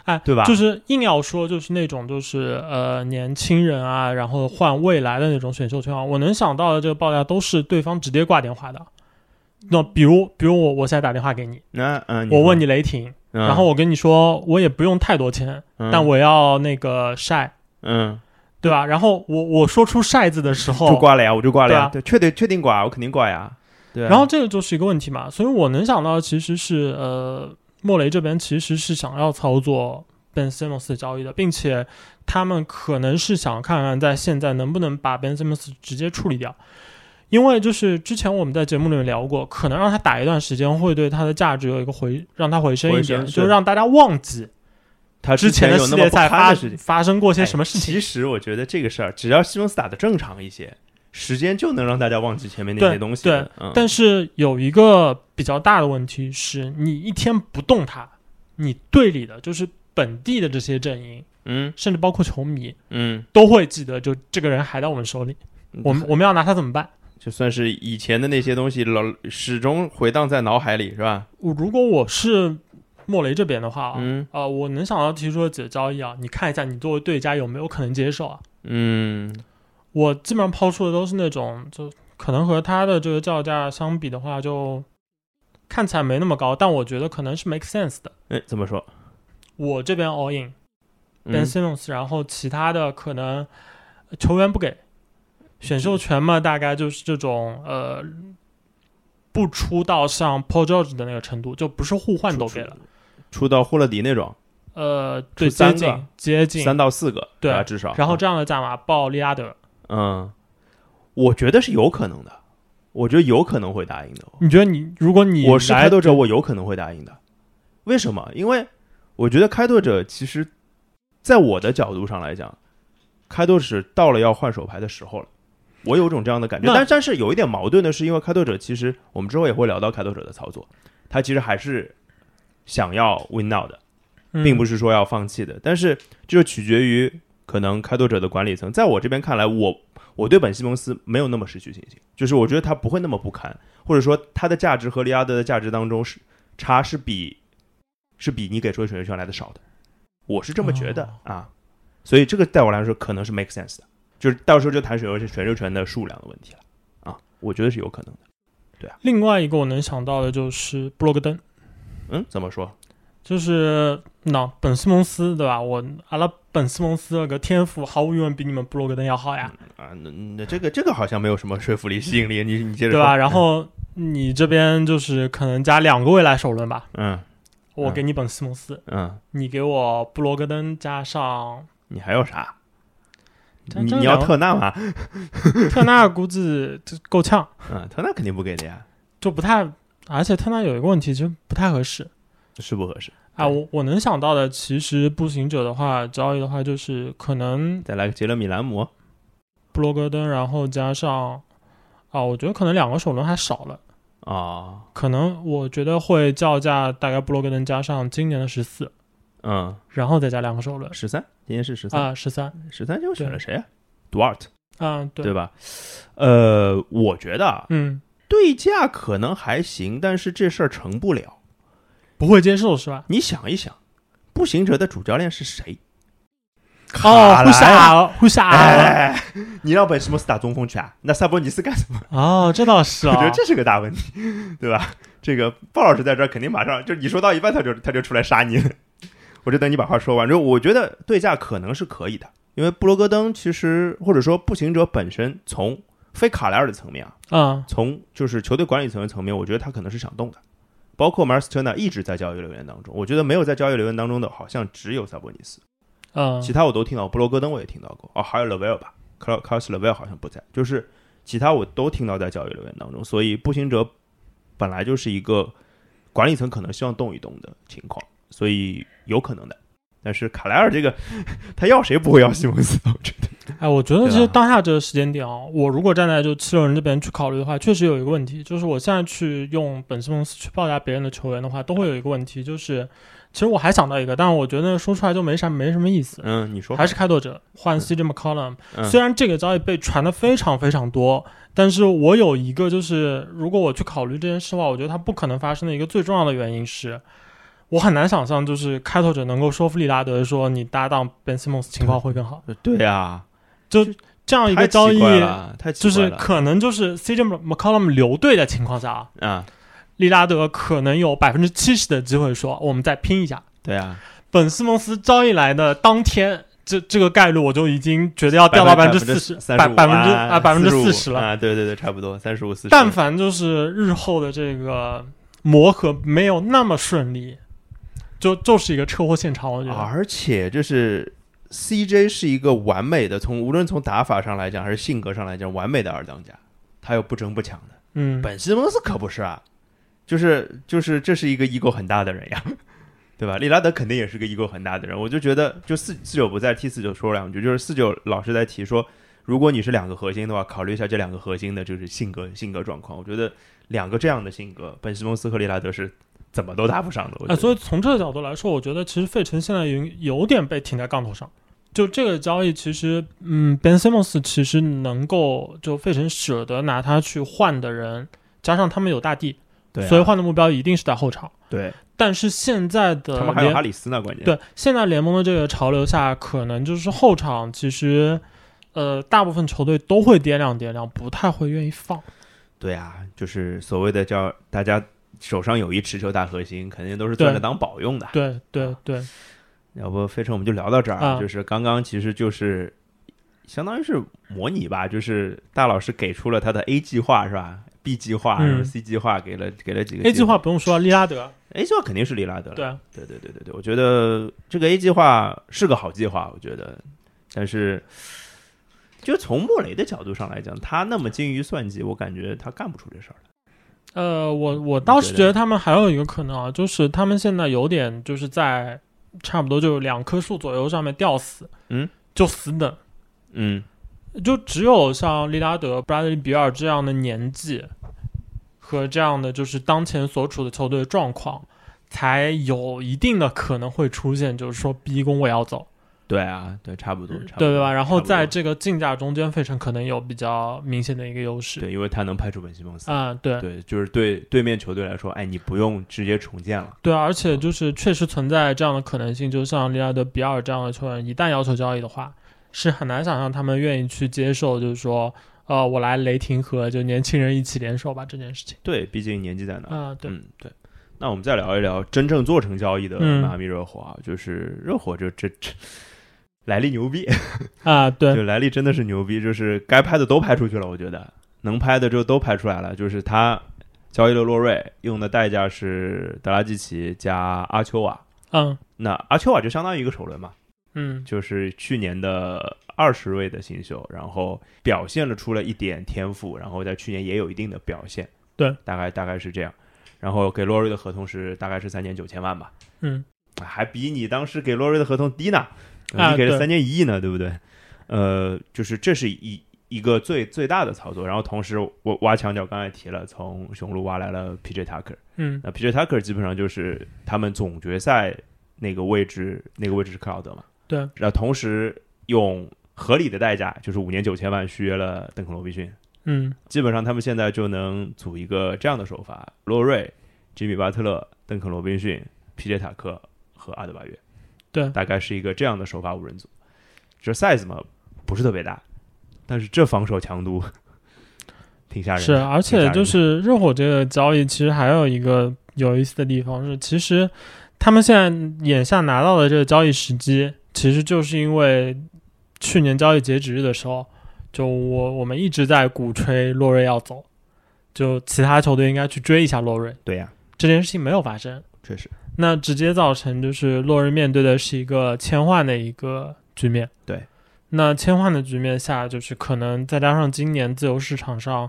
哎，
对吧
就是硬要说，就是那种就是呃年轻人啊，然后换未来的那种选秀权啊，我能想到的这个报价都是对方直接挂电话的。那比如，比如我我现在打电话给你，
那嗯，
我问
你
你雷霆，
说，
然后我跟你说，我也不用太多钱，
嗯
但我要那个晒，
嗯
对吧？然后我我说出晒字的时
就
候，
挂了呀，我就挂了呀，
对
对，
啊
确定确定挂，我肯定挂呀，对啊。
然后这个就是一个问题嘛，所以我能想到其实是呃，莫雷这边其实是想要操作 Ben Simmons 的交易的，并且他们可能是想看看在现在能不能把 Ben Simmons 直接处理掉，因为就是之前我们在节目里面聊过，可能让他打一段时间会对他的价值有一个回，让他回升一
回
点，
升是
就让大家忘记
他
之前
前有
系
那么
列
不
赛
堪
发
的事情，
发生过些什么
哎
事情。
其实我觉得这个事儿，只要西蒙斯打的正常一些，时间就能让大家忘记前面那
对
些东西
对
的。嗯
但是有一个比较大的问题是，你一天不动它，你队里的就是本地的这些阵营，
嗯
甚至包括球迷，
嗯，
都会记得，就这个人还在我们手里，我们我们要拿他怎么办？
就算是以前的那些东西老始终回荡在脑海里，是吧？
我如果我是莫雷这边的话啊，
嗯
呃，我能想到提出的几个交易啊，你看一下你作为对家有没有可能接受啊？
嗯
我基本上抛出的都是那种，就可能和他的这个叫价相比的话，就看起来没那么高，但我觉得可能是 make sense 的。
哎，怎么说？
我这边 all in。Ben
嗯
Simmons，然后其他的可能呃球员不给，选秀权嘛，大概就是这种呃，不出到像 Paul George 的那个程度，就不是互换都给了，
出到霍勒迪那种，
呃，对，
出三
接
个
近接近，
三到四个，
对
啊，至少。
然后这样的价码报利拉德，
嗯，我觉得是有可能的，我觉得有可能会答应的。
你觉得你如果你
我是
来
开拓者，我有可能会答应的。为什么？因为我觉得开拓者其实，在我的角度上来讲，开拓者到了要换手牌的时候了。我有种这样的感觉，
那
但但是有一点矛盾的是，因为开拓者其实我们之后也会聊到开拓者的操作，他其实还是想要 win now 的，并不
是
是说要放弃的，但是这就取决于可能开拓者的管理层。在我这边看来，我我对本西蒙斯没有那么失去信心，就是我觉得他不会那么不堪，或者说他的价值和利拉德的价值当中是差是比是比你给出的选秀权来的少的，我是这么觉得、
哦
啊。所以这个对我来说可能是 make sense 的，就是到时候就谈选秀权选秀权的数量的问题了啊，我觉得是有可能的。
另外一个我能想到的就是布洛格登，
嗯，怎么说？
就是那本西蒙斯对吧？我阿拉本西蒙斯那个天赋毫无疑问比你们布洛格登要好呀。
啊，那那这个这个好像没有什么说服力、吸引力。你你接着
对
说
吧？然后你这边就是可能加两个未来首轮吧，
嗯
我给你本西蒙斯，
嗯，
你给我布罗格登加上
你还有啥？
这
你
这
你要
两
特纳吗？
特纳，估计就够呛，
嗯，特纳肯定不给的呀。
就不太而且特纳有一个问题，其实不太合适
是不合适。
啊。
对
我我能想到的，其实步行者的话，交易的话就是可能
再来个杰勒米兰姆，
布罗格登，然后加上啊，我觉得可能两个首轮还少了，
啊，
可能我觉得会叫价大概布罗格登加上今年的十四，
嗯，
然后再加两个首轮
十三，今天是十三，
啊，十三
十三就选了谁啊？Duart
啊，对，
对吧？呃，我觉得啊，
嗯，
对价可能还行，但是这事儿成不了。
不会接受是吧？
你想一想，步行者的主教练是谁？
哦，
不
互杀了，互杀了，
哎，你让本西莫斯打中锋去啊？那萨博尼斯干什么？
哦，这倒是
我
啊
觉，得这是个大问题，对吧？这个鲍老师在这儿肯定马上就你说到一半，他就他就出来杀你了。我就等你把话说完。就我觉得对价可能是可以的，因为布罗格登其实或者说步行者本身从非卡莱尔的层面啊，
嗯
从就是球队管理层的层面，我觉得他可能是想动的。包括马尔斯特纳一直在交易留言当中，我觉得没有在交易留言当中的，好像只有萨博尼斯。
嗯
其他我都听到，布罗戈登我也听到过，哦，还有 Level 吧，Carl Carl Level 好像不在，就是其他我都听到在交易留言当中，所以步行者本来就是一个管理层可能希望动一动的情况，所以有可能的。但是卡莱尔这个，他要谁不会要西蒙斯？我觉得
哎，我觉得
对
其实
吧
当下这个时间点啊，我如果站在就七六人这边去考虑的话，确实有一个问题，就是我现在去用本西蒙斯去报答别人的球员的话，都会有一个问题，就是其实我还想到一个，但是我觉得说出来就没啥没什么意思，
嗯，你说
还是开拓者换 CJ McCollum，、
嗯
虽然这个交易被传的非常非常多，但是我有一个就是，如果我去考虑这件事的话，我觉得它不可能发生的一个最重要的原因是，我很难想象就是开拓者能够说服利拉德说你搭档 Ben Simmons 情况会更好，
对呀，
这样一
太
个交
奇
易
怪了，太奇
就
怪
是
了
可能就是 CJ McCollum 留队的情况下啊，
啊，
利拉德可能有百分之七十的机会说我们再拼一下。
对啊，
本斯蒙斯交易来的当天，这这个概率我就已经觉得要掉到百分之四十，
三
百
五
百分之啊百分之四十了。
啊，对对对，差不多三十五四十。
但凡就是日后的这个磨合没有那么顺利，就就是一个车祸现场，我觉得。
而且就是 CJ 是一个完美的，从无论从打法上来讲还是性格上来讲，完美的二当家，他又不争不抢的。
嗯，
本西蒙斯可不是啊，就是就是这是一个 ego 很大的人呀， 对吧？利拉德肯定也是个 ego 很大的人。我就觉得，就四四九不在，替四九说两句，就是四九老是在提说，如果你是两个核心的话，考虑一下这两个核心的就是性格性格状况。我觉得两个这样的性格，本西蒙斯和利拉德是怎么都搭不上的。我觉
啊，
得，
所以从这个角度来说，我觉得其实费城现在有有点被停在杠头上。就这个交易，其实，嗯，Ben Simmons 其实能够就费城舍得拿他去换的人，加上他们有大帝，
对啊
所以换的目标一定是在后场。
对
但是现在的
他们还有
联
哈里斯呢，关键
对现在联盟的这个潮流下，可能就是后场其实，呃，大部分球队都会掂量掂量，不太会愿意放。
对啊，就是所谓的叫大家手上有一持球大核心，肯定都是攥着当宝用的。
对对
啊
对，
要不飞城我们就聊到这儿，
啊
就是刚刚其实就是相当于是模拟吧，就是大老师给出了他的 A 计划是吧？B 计划、
嗯
然后 C 计划给了给了几个
A 计划不用说，利拉德，
，A 计划肯定是利拉德了。
对啊，
对对对对对，我觉得这个 A 计划是个好计划，我觉得，但是就从莫雷的角度上来讲，他那么精于算计，我感觉他干不出这事儿来。
呃，我我倒是
觉
觉
得
得他们还有一个可能啊，就是他们现在有点就是在差不多就两棵树左右上面吊死，
嗯，
就死等，
嗯，
就只有像利拉德、布拉德利·比尔这样的年纪和这样的就是当前所处的球队状况，才有一定的可能会出现，就是说逼宫我要走，
对啊，对，差不多，差不多
嗯对吧？然后
差不多
在这个竞价中间，费城可能有比较明显的一个优势，
对，因为他能派出本西蒙斯，
啊、对。
对，就是对对面球队来说，哎，你不用直接重建了，
对啊，而且就是确实存在这样的可能性，就像利拉德、比尔这样的球员，一旦要求交易的话，是很难想象他们愿意去接受，就是说，呃，我来雷霆和就年轻人一起联手吧这件事情。
对，毕竟年纪在那儿，
啊、对，
嗯，对。那我们再聊一聊真正做成交易的
嗯
迈阿密热火啊，就是热火这这这来历牛逼，
啊、对，
对，莱利真的是牛逼，就是该拍的都拍出去了，我觉得能拍的就都拍出来了。就是他交易了洛瑞，用的代价是德拉季奇加阿丘瓦，
嗯
那阿丘瓦就相当于一个首轮嘛，
嗯
就是去年的二十位的新秀，然后表现了出了一点天赋，然后在去年也有一定的表现，
对，
大概大概是这样。然后给洛瑞的合同是大概是三年九千万吧，
嗯，
还比你当时给洛瑞的合同低呢，呃
啊
你给了
对
三年一亿呢，对不对？呃，就是这是一一个最最大的操作，然后同时我挖墙脚刚才提了，从雄鹿挖来了 PJ Tucker，
嗯，
那 PJ Tucker 基本上就是他们总决赛那个位置，那个位置是克劳德嘛，
对，啊
然后同时用合理的代价，就是五年九千万续约了邓肯罗宾逊，
嗯，
基本上他们现在就能组一个这样的首发：洛瑞、吉米巴特勒、邓肯罗宾逊、皮杰塔克和阿德巴约。
对啊
大概是一个这样的首发五人组。这 size 嘛，不是特别大，但是这防守强度 挺吓人的。
是，啊
挺
而
吓
且
人的
就是热火这个交易，其实还有一个有意思的地方是，其实他们现在眼下拿到的这个交易时机，其实就是因为去年交易截止日的时候，就我我们一直在鼓吹洛瑞要走，就其他球队应该去追一下洛瑞，
对呀、
这件事情没有发生，
确实
那直接造成就是洛瑞面对的是一个千换的一个局面。
对，
那千换的局面下，就是可能再加上今年自由市场上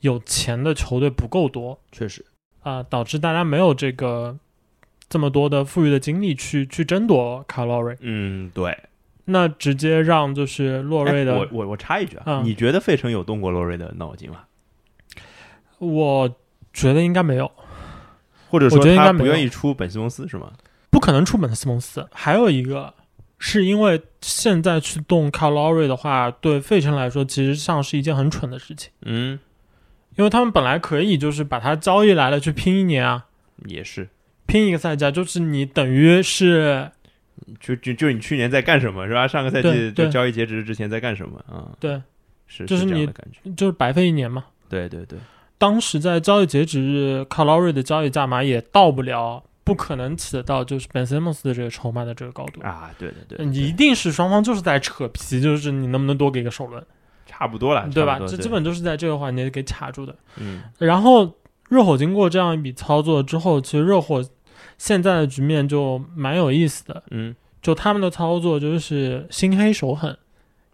有钱的球队不够多
确实
啊、导致大家没有这个这么多的富裕的精力去去争夺卡洛瑞，
嗯，对。
那直接让就是洛瑞的，
哎我我我插一句啊，
嗯
你觉得费城有动过洛瑞的脑筋吗？
我觉得应该没有。
或者说
我觉得应该
他
没
不
有
愿意出本西蒙斯是吗？
不可能出本西蒙斯。还有一个是因为现在去动卡劳瑞的话，对费城来说其实上是一件很蠢的事情，
嗯，
因为他们本来可以就是把他交易来了去拼一年啊，
也是。
拼一个赛季，啊就是你等于是
就就就是你去年在干什么是吧？上个赛季
对
就
对
交易截止之前在干什么啊？
对，
是
就是是
这样
你
的感觉。
就是白费一年嘛。
对对对，
当时在交易截止日，卡劳瑞的交易价码也到不了，不可能起得到就是本西蒙斯的这个筹码的这个高度。
啊，对对对对，
你一定是双方就是在扯皮，就是你能不能多给个首轮，
差不多了，
对
啊
吧
差？不多
这
对
基本都是在这个环节给卡住的。
嗯，
然后热火经过这样一笔操作之后，其实热火现在的局面就蛮有意思的。
嗯
就他们的操作就是心黑手狠，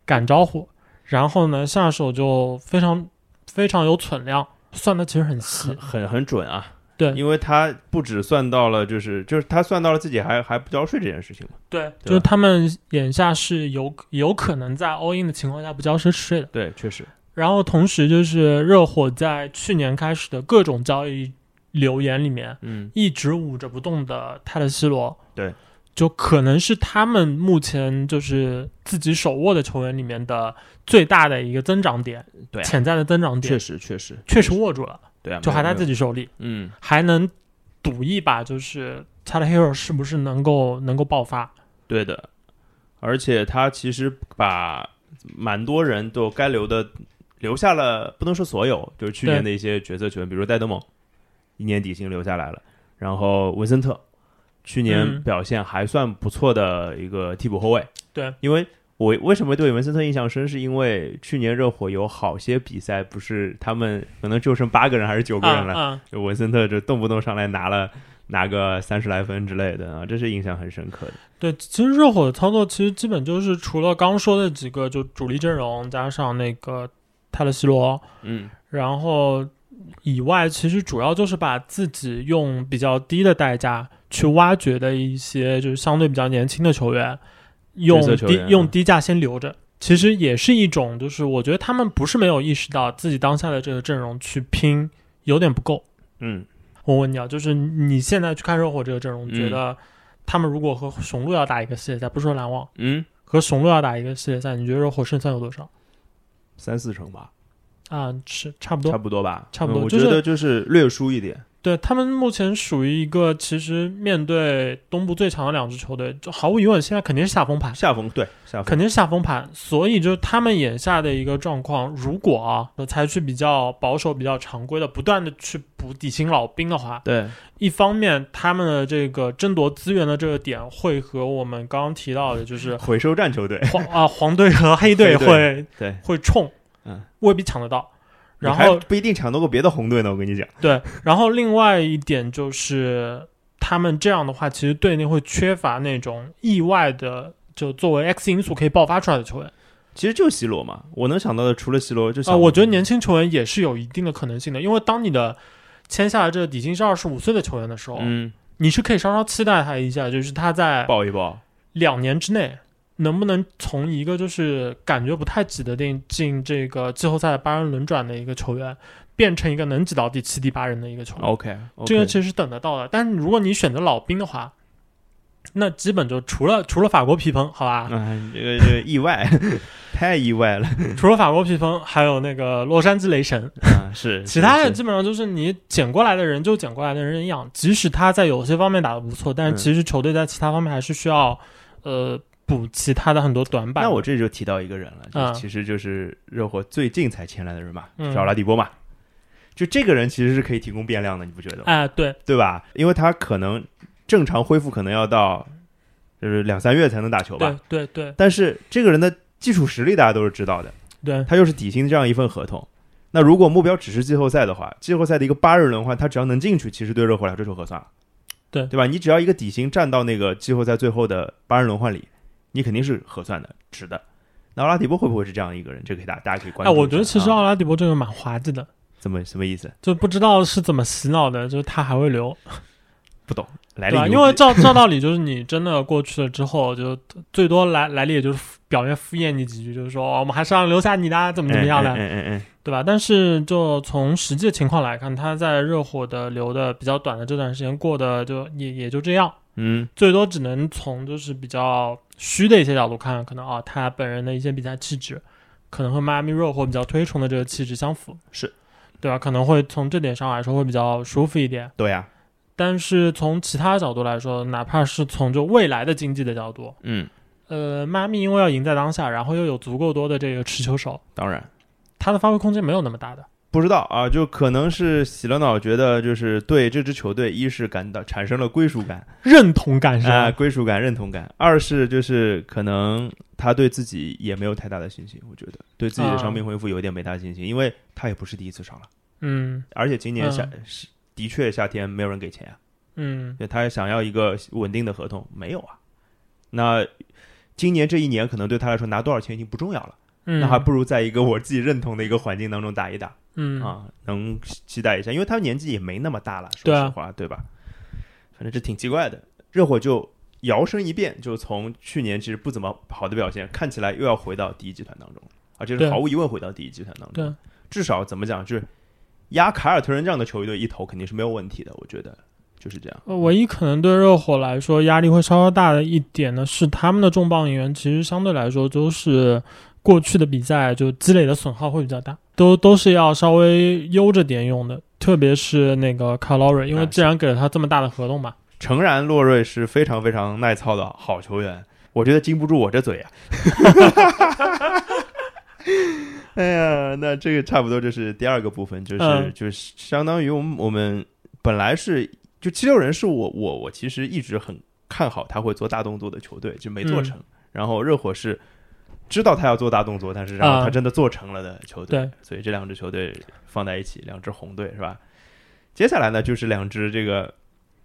敢招呼，然后呢下手就非常非常有存量，算的其实很细
很。很很准啊。
对
因为他不只算到了，就是就是他算到了自己还还不交税这件事情嘛。
对，
对
就是他们眼下是有有可能在 all in 的情况下不交奢侈税的。
对，确实，
然后同时就是热火在去年开始的各种交易流言里面，
嗯，
一直捂着不动的泰勒西罗，
对，
就可能是他们目前就是自己手握的球员里面的最大的一个增长点，
对啊
潜在的增长点，
实确实
确实握住了，
对啊，
就还在自
己
己手里，
嗯，
还能赌一把，就是他的 hero 是不是能够能够爆发？
对的。而且他其实把蛮多人都该留的留下了，不能说所有，就是去年的一些角色球员，比如说戴德蒙，一年底薪留下来了，然后文森特，去年
嗯
表现还算不错的一个替补后卫。
对，
因为我为什么对文森特印象深，是因为去年热火有好些比赛，不是他们可能就剩八个人还是九个人了，
啊
就文森特就动不动上来拿了拿个三十来分之类的啊，这是印象很深刻的。
对，其实热火的操作其实基本就是除了刚说的几个，就主力阵容加上那个泰勒西罗，
嗯，
然后以外，其实主要就是把自己用比较低的代价去挖掘的一些就是相对比较年轻的球员，用
角色球
低
员嗯
用低价先留着。其实也是一种，就是我觉得他们不是没有意识到自己当下的这个阵容去拼有点不够。
嗯，
我问你啊，就是你现在去看热火这个阵容，
嗯
觉得他们如果和雄鹿要打一个系列赛，不说篮网，
嗯，
和雄鹿要打一个系列赛，你觉得热火胜算有多少？
三四成吧，
啊，是差不多
差，不多吧，
差不多
嗯我
就
觉
是
得就是略输一点。
对他们目前属于一个，其实面对东部最强的两支球队，就毫无疑问，现在肯定是下风盘，
下风对下风
肯定是下风盘。所以就是他们眼下的一个状况，如果啊采取比较保守、比较常规的，不断的去补底薪老兵的话，
对，
一方面他们的这个争夺资源的这个点会和我们刚刚提到的， 就是
回收战球队，
黄啊黄队和黑队
黑队
会
对，
会冲，
嗯，
未必抢得到。然
你还
后
不一定抢得过别的红队呢，我跟你讲。
对，然后另外一点就是，他们这样的话，其实队内会缺乏那种意外的，就作为 X 因素可以爆发出来的球员
其实就 C 罗嘛，我能想到的除了 C 罗就
啊、
想
我觉得年轻球员也是有一定的可能性的，因为当你的签下来这个底薪是二十五岁的球员的时候，
嗯，
你是可以稍稍期待他一下，就是他在
抱一抱，
两年之内能不能从一个就是感觉不太挤得进进这个季后赛的八人轮转的一个球员，变成一个能挤到第七、第八人的一个球员。
OK，
嗯这个其实是等得到的。但是如果你选择老兵的话，那基本就除了除了法国皮蓬，好吧，
啊，这个这个意外， 太意外了
除了法国皮蓬，还有那个洛杉矶雷神，
啊！ 是
其他的基本上就是你捡过来的人就捡过来的人养。即使他在有些方面打得不错，
嗯
但是其实球队在其他方面还是需要呃补其他的很多短板。
那我这就提到一个人了，就
嗯
其实就是热火最近才签来的人嘛，
嗯
是奥拉迪波嘛。就这个人其实是可以提供变量的，你不觉得吗？
哎，对，
对吧？因为他可能正常恢复可能要到就是两三月才能打球吧
对，，对，对，
但是这个人的基础实力大家都是知道的，
对，
他又是底薪这样一份合同。那如果目标只是季后赛的话，季后赛的一个八日轮换，他只要能进去，其实对热火来说就合算了，
对
对吧？你只要一个底薪占到那个季后赛最后的八日轮换里，你肯定是合算的，值的。那奥拉迪波会不会是这样一个人？这个可以大大家可以关
哎，
注一下。
我觉得其实
啊
奥拉迪波这个蛮滑稽的，
怎么什么意思？
就不知道是怎么洗脑的，就是他还会留。
不懂，来
对、
历
啊，
有
因为
几
照照道理就是你真的过去了之后，就最多来来历也就是敷表面敷衍你几句，就是说、哦我们还是让留下你的啊，怎么怎么样的，
嗯嗯嗯嗯嗯
对吧？但是就从实际情况来看，他在热火的留的比较短的这段时间过得就也也就这样，
嗯
最多只能从就是比较虚的一些角度看，可能啊他本人的一些比赛气质，可能和迈阿密热火比较推崇的这个气质相符，
是，
对吧？可能会从这点上来说会比较舒服一点。
对呀、
但是从其他角度来说，哪怕是从就未来的经济的角度，
嗯，
呃，迈阿密因为要赢在当下，然后又有足够多的这个持球手，
当然
他的发挥空间没有那么大的。
不知道啊，就可能是洗了脑，觉得就是对这支球队，一是感到产生了归属感，
认同感是吧？
啊、归属感、认同感；二是就是可能他对自己也没有太大的信心，我觉得对自己的
啊
伤病恢复有点没大信心，因为他也不是第一次伤了，
嗯
而且今年夏、
嗯
是的确夏天没有人给钱啊，
嗯，
对他想要一个稳定的合同没有啊，那。今年这一年可能对他来说拿多少钱已经不重要了，
嗯
那还不如在一个我自己认同的一个环境当中打一打。
嗯
啊，能期待一下，因为他年纪也没那么大了，说
对啊
实话，对吧？反正这挺奇怪的。热火就摇身一变，就从去年其实不怎么好的表现，看起来又要回到第一集团当中，而且是
对
毫无疑问回到第一集团当中
对。
至少怎么讲，就是压凯尔特人这样的球队一头肯定是没有问题的，我觉得就是这样。
呃唯一可能对热火来说压力会稍稍大的一点呢，是他们的重磅引援其实相对来说都是过去的比赛就积累的损耗会比较大，都都是要稍微悠着点用的，特别是那个卡劳瑞，因为
啊
既然给了他这么大的合同嘛，
诚然，洛瑞是非常非常耐操的好球员，我觉得经不住我这嘴啊。哎呀，那这个差不多就是第二个部分，就是、
嗯
就是相当于我们我们本来是就七六人是我我我其实一直很看好他会做大动作的球队，就没做成。然后热火是知道他要做大动作，但是然后他
啊
真的做成了的球队。
对
所以这两支球队放在一起，两支红队是吧？接下来呢，就是两支这个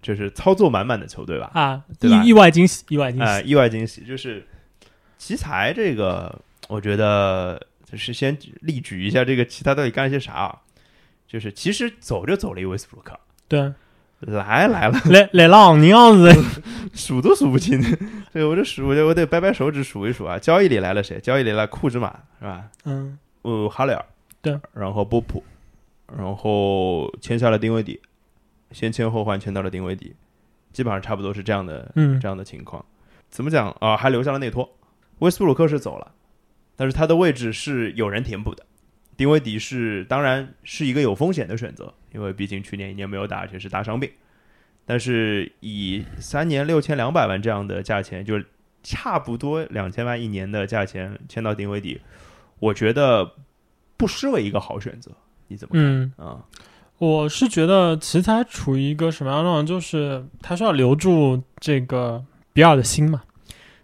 就是操作满满的球队吧。
啊，
对吧
意意外惊喜，意外惊喜，
啊、意外惊喜就是奇才这个，我觉得就是先例举一下这个奇才到底干了些啥啊？就是其实走就走了一威斯布鲁克，
对，
来来了，
雷雷浪，你样子，
数都数不清。 对，我这数，我得我得掰掰手指数一数啊。交易里来了谁？交易里来了库兹马是吧？
嗯
呃，哈雷尔，
对，
然后波普，然后签下了丁威迪，先签后换签到了丁威迪，基本上差不多是这样的
嗯
这样的情况。怎么讲啊、还留下了内托，威斯布鲁克是走了，但是他的位置是有人填补的。丁威迪是当然是一个有风险的选择，因为毕竟去年一年没有打，而且是大伤病。但是以三年六千两百万这样的价钱，就是差不多两千万一年的价钱签到丁威迪，我觉得不失为一个好选择。你怎么看
嗯，
啊、
我是觉得奇才处于一个什么样的状态，就是他需要留住这个比尔的心嘛。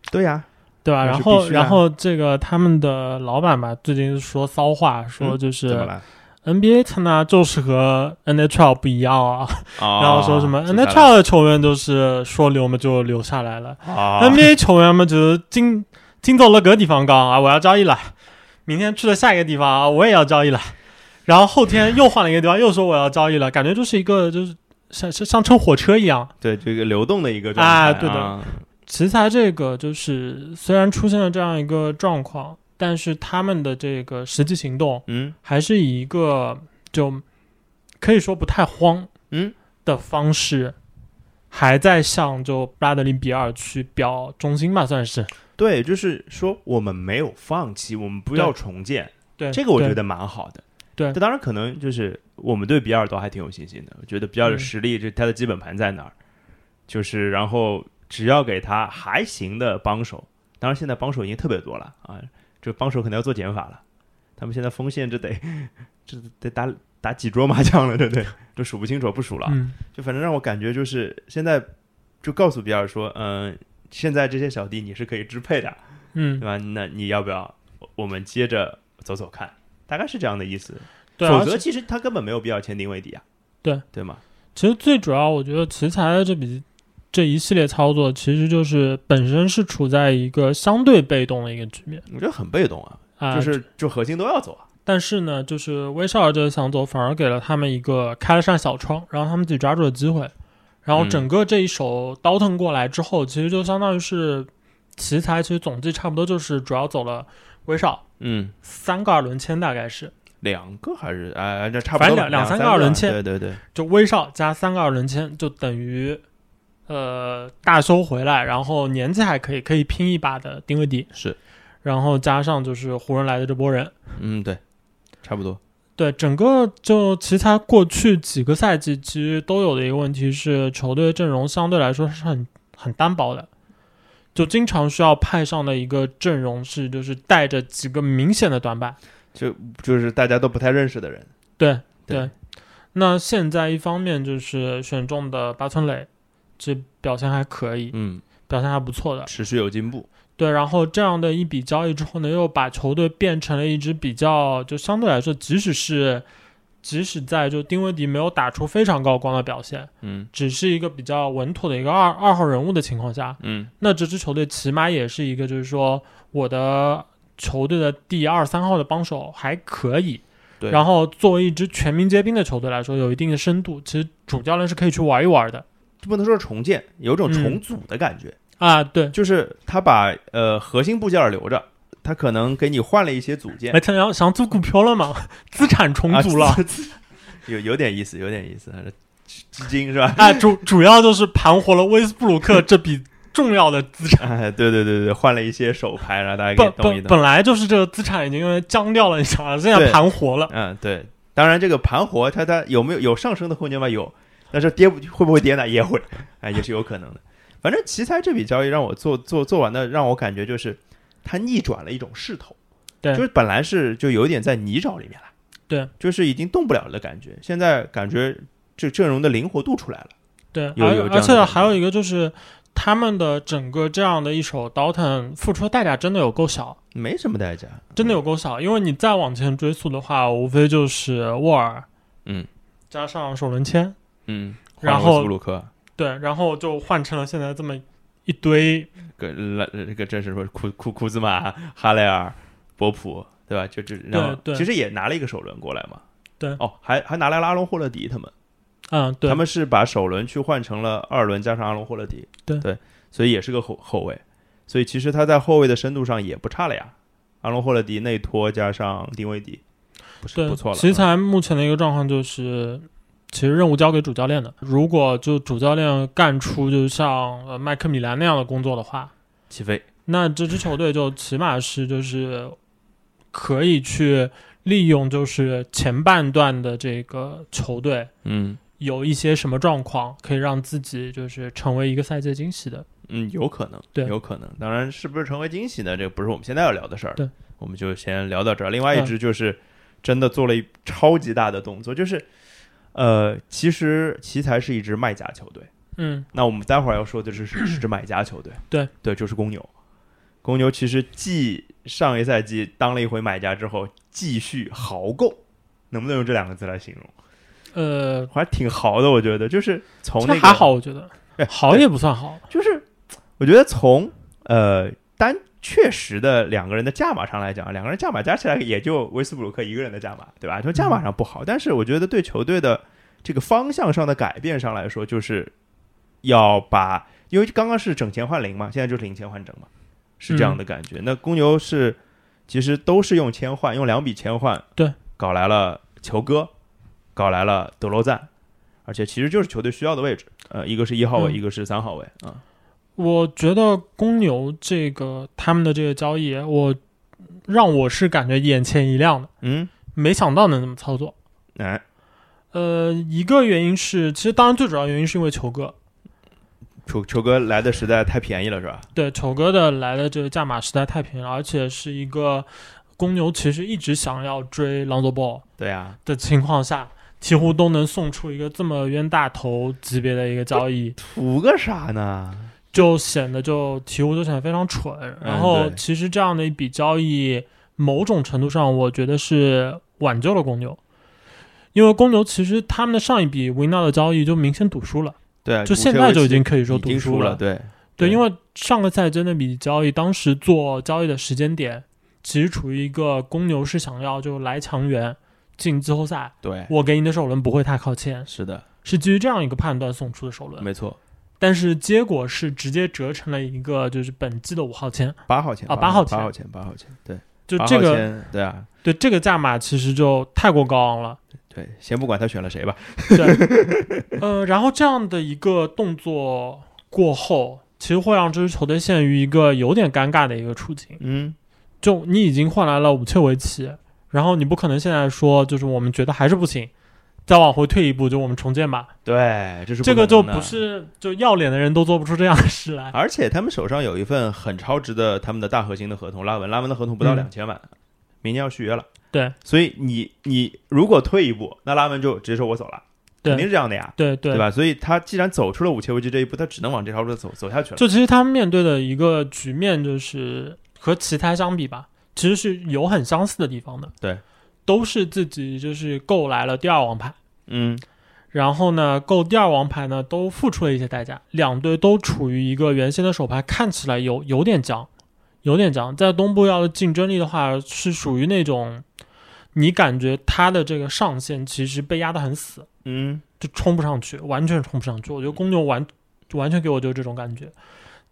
对呀、
对吧？
那
然
是
后，
必须啊
然后这个他们的老板吧，最近说骚话，说
嗯怎
就
么
是啊
了？
NBA 它呢就是和 NHL 不一样啊，
哦
然后说什么
知道了
NHL 的球员就是说留嘛就留下来了、
啊
n b a 球员嘛就是今今走了个地方讲啊，我要交易了，明天去了下一个地方啊，我也要交易了，然后后天又换了一个地方，又说我要交易了，感觉就是一个就是像像像乘火车一样。
对这个流动的一个状态啊，
啊对的奇才这个就是虽然出现了这样一个状况，但是他们的这个实际行动
嗯
还是以一个就可以说不太慌
嗯
的方式，还在向就布拉德利比尔去表忠心吧，算是。
对，就是说我们没有放弃，我们不
对
要重建，
对，
这个我
对
觉得蛮好的。
对
但当然可能就是我们对比尔都还挺有信心的，我觉得比尔的
嗯
实力，就他的基本盘在哪儿，就是然后只要给他还行的帮手，当然现在帮手已经特别多了啊，这帮手可能要做减法了，他们现在锋线这得 这得打打几桌麻将了，这得这数不清楚，不数了啊。
嗯
就反正让我感觉就是现在就告诉比尔说，嗯、现在这些小弟你是可以支配的，对
嗯，
吧？那你要不要我们接着走走看？大概是这样的意思。
对，
否
而且
则其实他根本没有必要签丁威迪啊。
对
对吗？
其实最主要，我觉得奇才的这笔这一系列操作，其实就是本身是处在一个相对被动的一个局面
我觉得很被动啊，
啊、
就是就核心都要走啊。
但是呢，就是威少尔这个想走，反而给了他们一个开了扇小窗，然后他们自己抓住了机会，然后
嗯
整个这一手倒腾过来之后，其实就相当于是奇才，其实总计差不多就是主要走了威少
嗯，
三个二轮签，大概是
两个还是哎，这差不
反
多
正
吧
两两三
三
个二轮签
对对对，
就威少加三个二轮签，就等于呃大修回来，然后年纪还可以，可以拼一把的丁威迪，
是，
然后加上就是湖人来的这波人，
嗯对，差不多。
对，整个就奇才过去几个赛季其实都有的一个问题是，球队阵容相对来说是很很单薄的，就经常需要派上的一个阵容是就是带着几个明显的短板。
就就是大家都不太认识的人，
对
对
对，那现在一方面就是选中的八村垒，这表现还可以，
嗯，
表现还不错的。
持续有进步，
对，然后这样的一笔交易之后呢，又把球队变成了一支比较，就相对来说，即使是即使在就丁威迪没有打出非常高光的表现，
嗯
只是一个比较稳妥的一个二二号人物的情况下，
嗯
那这支球队起码也是一个，就是说我的球队的第二三号的帮手还可以。
对
然后作为一支全民皆兵的球队来说，有一定的深度，其实主教练是可以去玩一玩的
不能说是重建，有种
嗯
重组的感觉。
啊。对，
就是他把呃核心部件儿留着，他可能给你换了一些组件
哎，，他想想做股票了嘛，资产重
啊
组了。，
有有点意思，有点意思，还是基基金是吧？
啊，主主要就是盘活了威斯布鲁克这笔重要的 资产。
哎，对对对对，换了一些手牌，然后大家可
本
以动一
本
动。
本来就是这个资产已经因为僵掉了，你想啊，现
对
在盘活了，
嗯，对，当然这个盘活它它有没有有上升的空间吗？有，但是跌不会不会跌呢？也会，哎，也是有可能的。反正奇才这笔交易让我做做做完的，让我感觉就是他逆转了一种势头，
对
就是本来是就有一点在泥沼里面了，
对，
就是已经动不了的感觉，现在感觉这阵容的灵活度出来了，
对，
有有
而
这
而
样的
且
感觉
还有一个就是他们的整个这样的一手倒腾付出的代价真的有够小，
没什么代价，
真的有够小，因为你再往前追溯的话，无非就是沃尔，
嗯，
加上首轮签，
嗯，
然
换了
后
斯布鲁克。
对，然后就换成了现在这么一堆
个来这个真是说库库库兹马、哈莱尔、博普，对吧？就这，然后
对
其实也拿了一个首轮过来嘛。
对
哦，还还拿来了阿隆霍勒迪他们，
嗯，对
他，们是把首轮去换成了二轮加上阿隆霍勒迪，
对
所以也是个后后卫，所以其实他在后卫的深度上也不差了呀。阿隆霍勒迪内托加上丁威迪，不是
对，
不错了。嗯啊
奇才目前的一个状况就是，其实任务交给主教练的。如果就主教练干出就像呃麦克米兰那样的工作的话，
嗯起飞，
那这支球队就起码是就是可以去利用就是前半段的这个球队
嗯
有一些什么状况，可以让自己就是成为一个赛季惊喜的。
嗯，有可能，
对
有可能。当然，是不是成为惊喜呢？这个不是我们现在要聊的事儿。
对，
我们就先聊到这儿。另外一
嗯
支就是真的做了一超级大的动作，就是呃，其实奇才是一支卖家球队。
嗯，
那我们待会儿要说的就是是支买家球队。
对
对，就是公牛。公牛其实继上一赛季当了一回买家之后，继续豪购，能不能用这两个字来形容？
呃，
还挺豪的，我觉得，就是从
这
那个
还好，我觉得
哎
好也不算好。
就是我觉得从呃单确实的两个人的价码上来讲，两个人价码加起来也就威斯布鲁克一个人的价码，对吧？就
嗯
价码上不好，但是我觉得对球队的这个方向上的改变上来说，就是要把，因为刚刚是整钱换零嘛，现在就是零钱换整嘛，是这
嗯
样的感觉。那公牛是其实都是用签换，用两笔签换，
对，
搞来了球哥，搞来了德罗赞，而且其实就是球队需要的位置，呃，一个是一号位，
嗯
一个是三号位啊。
我觉得公牛这个他们的这个交易，我让我是感觉眼前一亮的，
嗯，
没想到能这么操作。
哎，
呃，一个原因是，其实当然最主要原因是因为球哥，
球球哥来的实在太便宜了，是吧？
对球哥的来的这个价码实在太便宜了，而且是一个公牛其实一直想要追朗佐鲍
对啊呀、
的情况下，几乎都能送出一个这么冤大头级别的一个交易，
图个啥呢？
就显得就鹈鹕就显得非常蠢。然后
嗯对
其实这样的一笔交易，某种程度上我觉得是挽救了公牛，因为公牛其实他们的上一笔维纳的交易就明显赌输了，
对，啊
就
古
现
切
在
维
就已
奇
经可以说
已
赌
经输
了。
对，
对，
对
因为上个赛季那笔交易，当时做交易的时间点，其实处于一个公牛是想要就来强援进季后赛，
对，
我给你的首轮不会太靠前，
是的，
是基于这样一个判断送出的首轮。
没错，
但是结果是直接折成了一个就是本季的五号签，
八号签
啊
八
八号
八
签
号签，八号签，对，
就
八
这
号
个
签对啊，
对这个价码其实就太过高昂 了。
对，先不管他选了谁吧，
对，呃，然后这样的一个动作过后，其实会让这支球队陷于一个有点尴尬的一个处境。
嗯，
就你已经换来了五切维奇，然后你不可能现在说就是我们觉得还是不行，再往回退一步，就我们重建吧。
对，这是
这
不
个
可
就
能的
不。是就要脸的人都做不出这样的事来。
而且他们手上有一份很超值的他们的大核心的合同，拉文，拉文的合同不到
嗯
两千万，明年要续约了。
对
所以你你如果退一步，那拉文就直接说我走了，
对
肯定是这样的呀，
对对
对吧？所以他既然走出了五切维奇这一步，他只能往这条路走走下去了。
就其实他们面对的一个局面，就是和其他相比吧，其实是有很相似的地方的。
对，
都是自己就是购来了第二王牌，
嗯，
然后呢，购第二王牌呢都付出了一些代价，两队都处于一个原先的手牌看起来有有点僵，有点僵，在东部要的竞争力的话是属于那种，你感觉他的这个上限其实被压得很死，
嗯，
就冲不上去，完全冲不上去。我觉得公牛完完全给我就是这种感觉，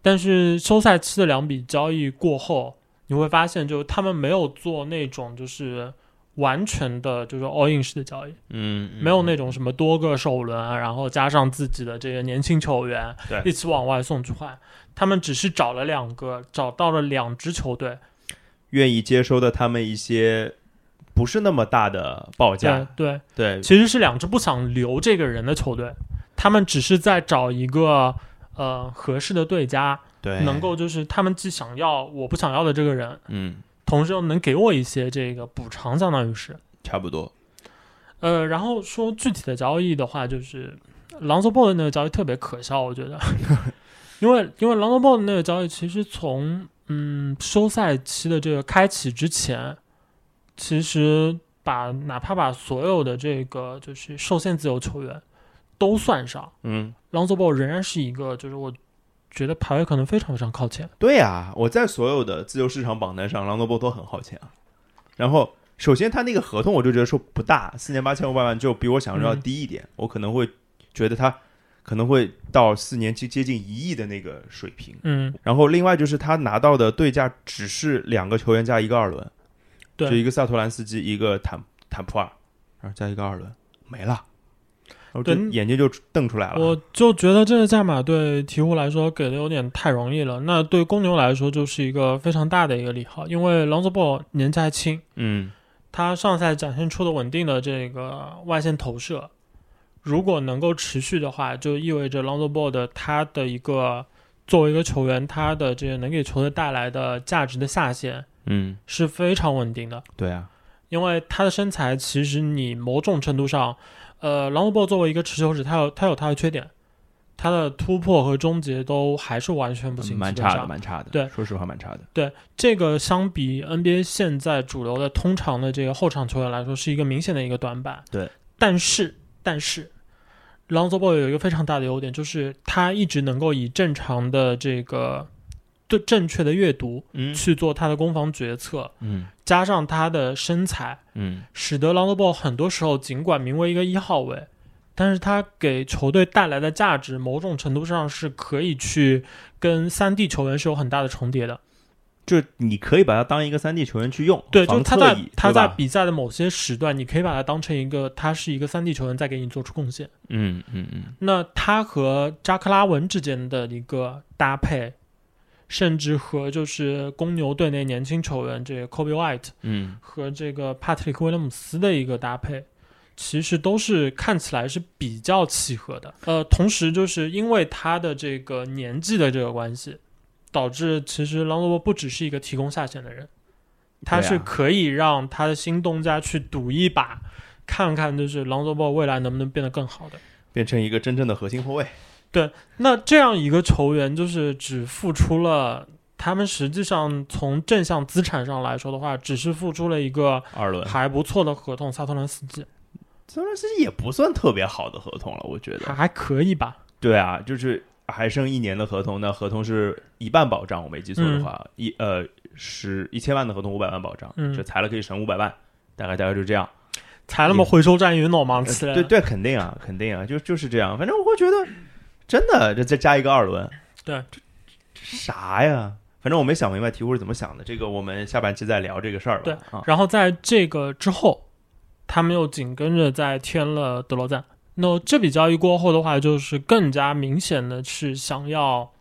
但是休赛期的两笔交易过后，你会发现就是他们没有做那种就是完全的就是 all in 式的交易。
嗯，
没有那种什么多个首轮啊，然后加上自己的这个年轻球员
对，
一起往外送去换。他们只是找了两个，找到了两支球队，
愿意接收的他们一些不是那么大的报
对
价，
对，
对，
其实是两支不想留这个人的球队，他们只是在找一个呃合适的对家，
对，
能，够就是他们既想要我不想要的这个人，
嗯，
同时又能给我一些这个补偿，相当于是。
差不多，
呃，然后说具体的交易的话，就是朗佐鲍的那个交易特别可笑，我觉得， 因为因为朗佐鲍的那个交易其实从嗯休赛期的这个开启之前，其实把哪怕把所有的这个就是受限自由球员都算上，
嗯，
朗佐鲍仍然是一个就是我觉得排位可能非常非常靠前，
对呀、我在所有的自由市场榜单上，朗多波都很好钱啊。然后，首先他那个合同我就觉得说不大，四年八千五百万就比我想象中要
嗯
低一点，我可能会觉得他可能会到四年接接近一亿的那个水平。
嗯，
然后，另外就是他拿到的对价只是两个球员加一个二轮，
对
就一个萨托兰斯基，一个坦坦普尔，然后加一个二轮，没了。我这
对嗯
眼睛就瞪出来了。
我就觉得这个价码对鹈鹕来说给的有点太容易了，那对公牛来说就是一个非常大的一个利好，因为 Lonzo Ball 年纪还轻，
嗯，
他上赛季展现出的稳定的这个外线投射，如果能够持续的话，就意味着 Lonzo Ball 的 他的一个作为一个球员，他的这个能给球队带来的价值的下限
嗯，
是非常稳定的。
对啊，
因为他的身材，其实你某种程度上，呃，朗姆鲍作为一个持球者，他有他有他的缺点，他的突破和终结都还是完全不行，
蛮
基本
差的，
上。
蛮差的。
对
说实话，蛮差的。
这个相比 NBA 现在主流的通常的这个后场球员来说，是一个明显的一个短板。
对，
但是但是，朗姆鲍有一个非常大的优点，就是他一直能够以正常的这个对正确的阅读
嗯
去做他的攻防决策，
嗯
加上他的身材，
嗯
使得朗德鲍很多时候尽管名为一个一号位，但是他给球队带来的价值，某种程度上是可以去跟三 D 球员是有很大的重叠的。
就是你可以把它当一个三 D 球员去用，
对，就
防
是他
侧
在
翼
他
对
在
吧
比赛的某些时段，你可以把他当成一个，他是一个三 D 球员在给你做出贡献。
嗯嗯嗯
那他和扎克拉文之间的一个搭配，甚至和就是公牛队内年轻球员这个 Kobe White
嗯
和这个帕特里克威廉姆斯的一个搭配，其实都是看起来是比较契合的。呃，同时就是因为他的这个年纪的这个关系，导致其实朗罗伯不只是一个提供下限的人，他
对啊
是可以让他的新东家去赌一把，看看就是朗罗伯未来能不能变得更好的。
变成一个真正的核心后卫，
那这样一个球员，就是只付出了。他们实际上从正向资产上来说的话，只是付出了一个
二轮
还不错的合同，萨托兰斯基
虽然其实也不算特别好的合同了，我觉
还
得。
还可以吧。
对啊，就是还剩一年的合同，那合同是一半保障，我没记错的话，一呃十一千万的合同，五百万保障，
嗯
就裁了可以省五百万，大概大概就这样。
才那么回收站云脑忙起来，
对对，肯定啊，肯定啊，就就是这样。反正我会觉得，真的，这再加一个二轮，
对
这，这啥呀？反正我没想明白鹈鹕是怎么想的，这个我们下半期再聊这个事儿吧。
对
啊，
然后在这个之后，他们又紧跟着再添了德罗赞。那这笔交易过后的话，就是更加明显的是想要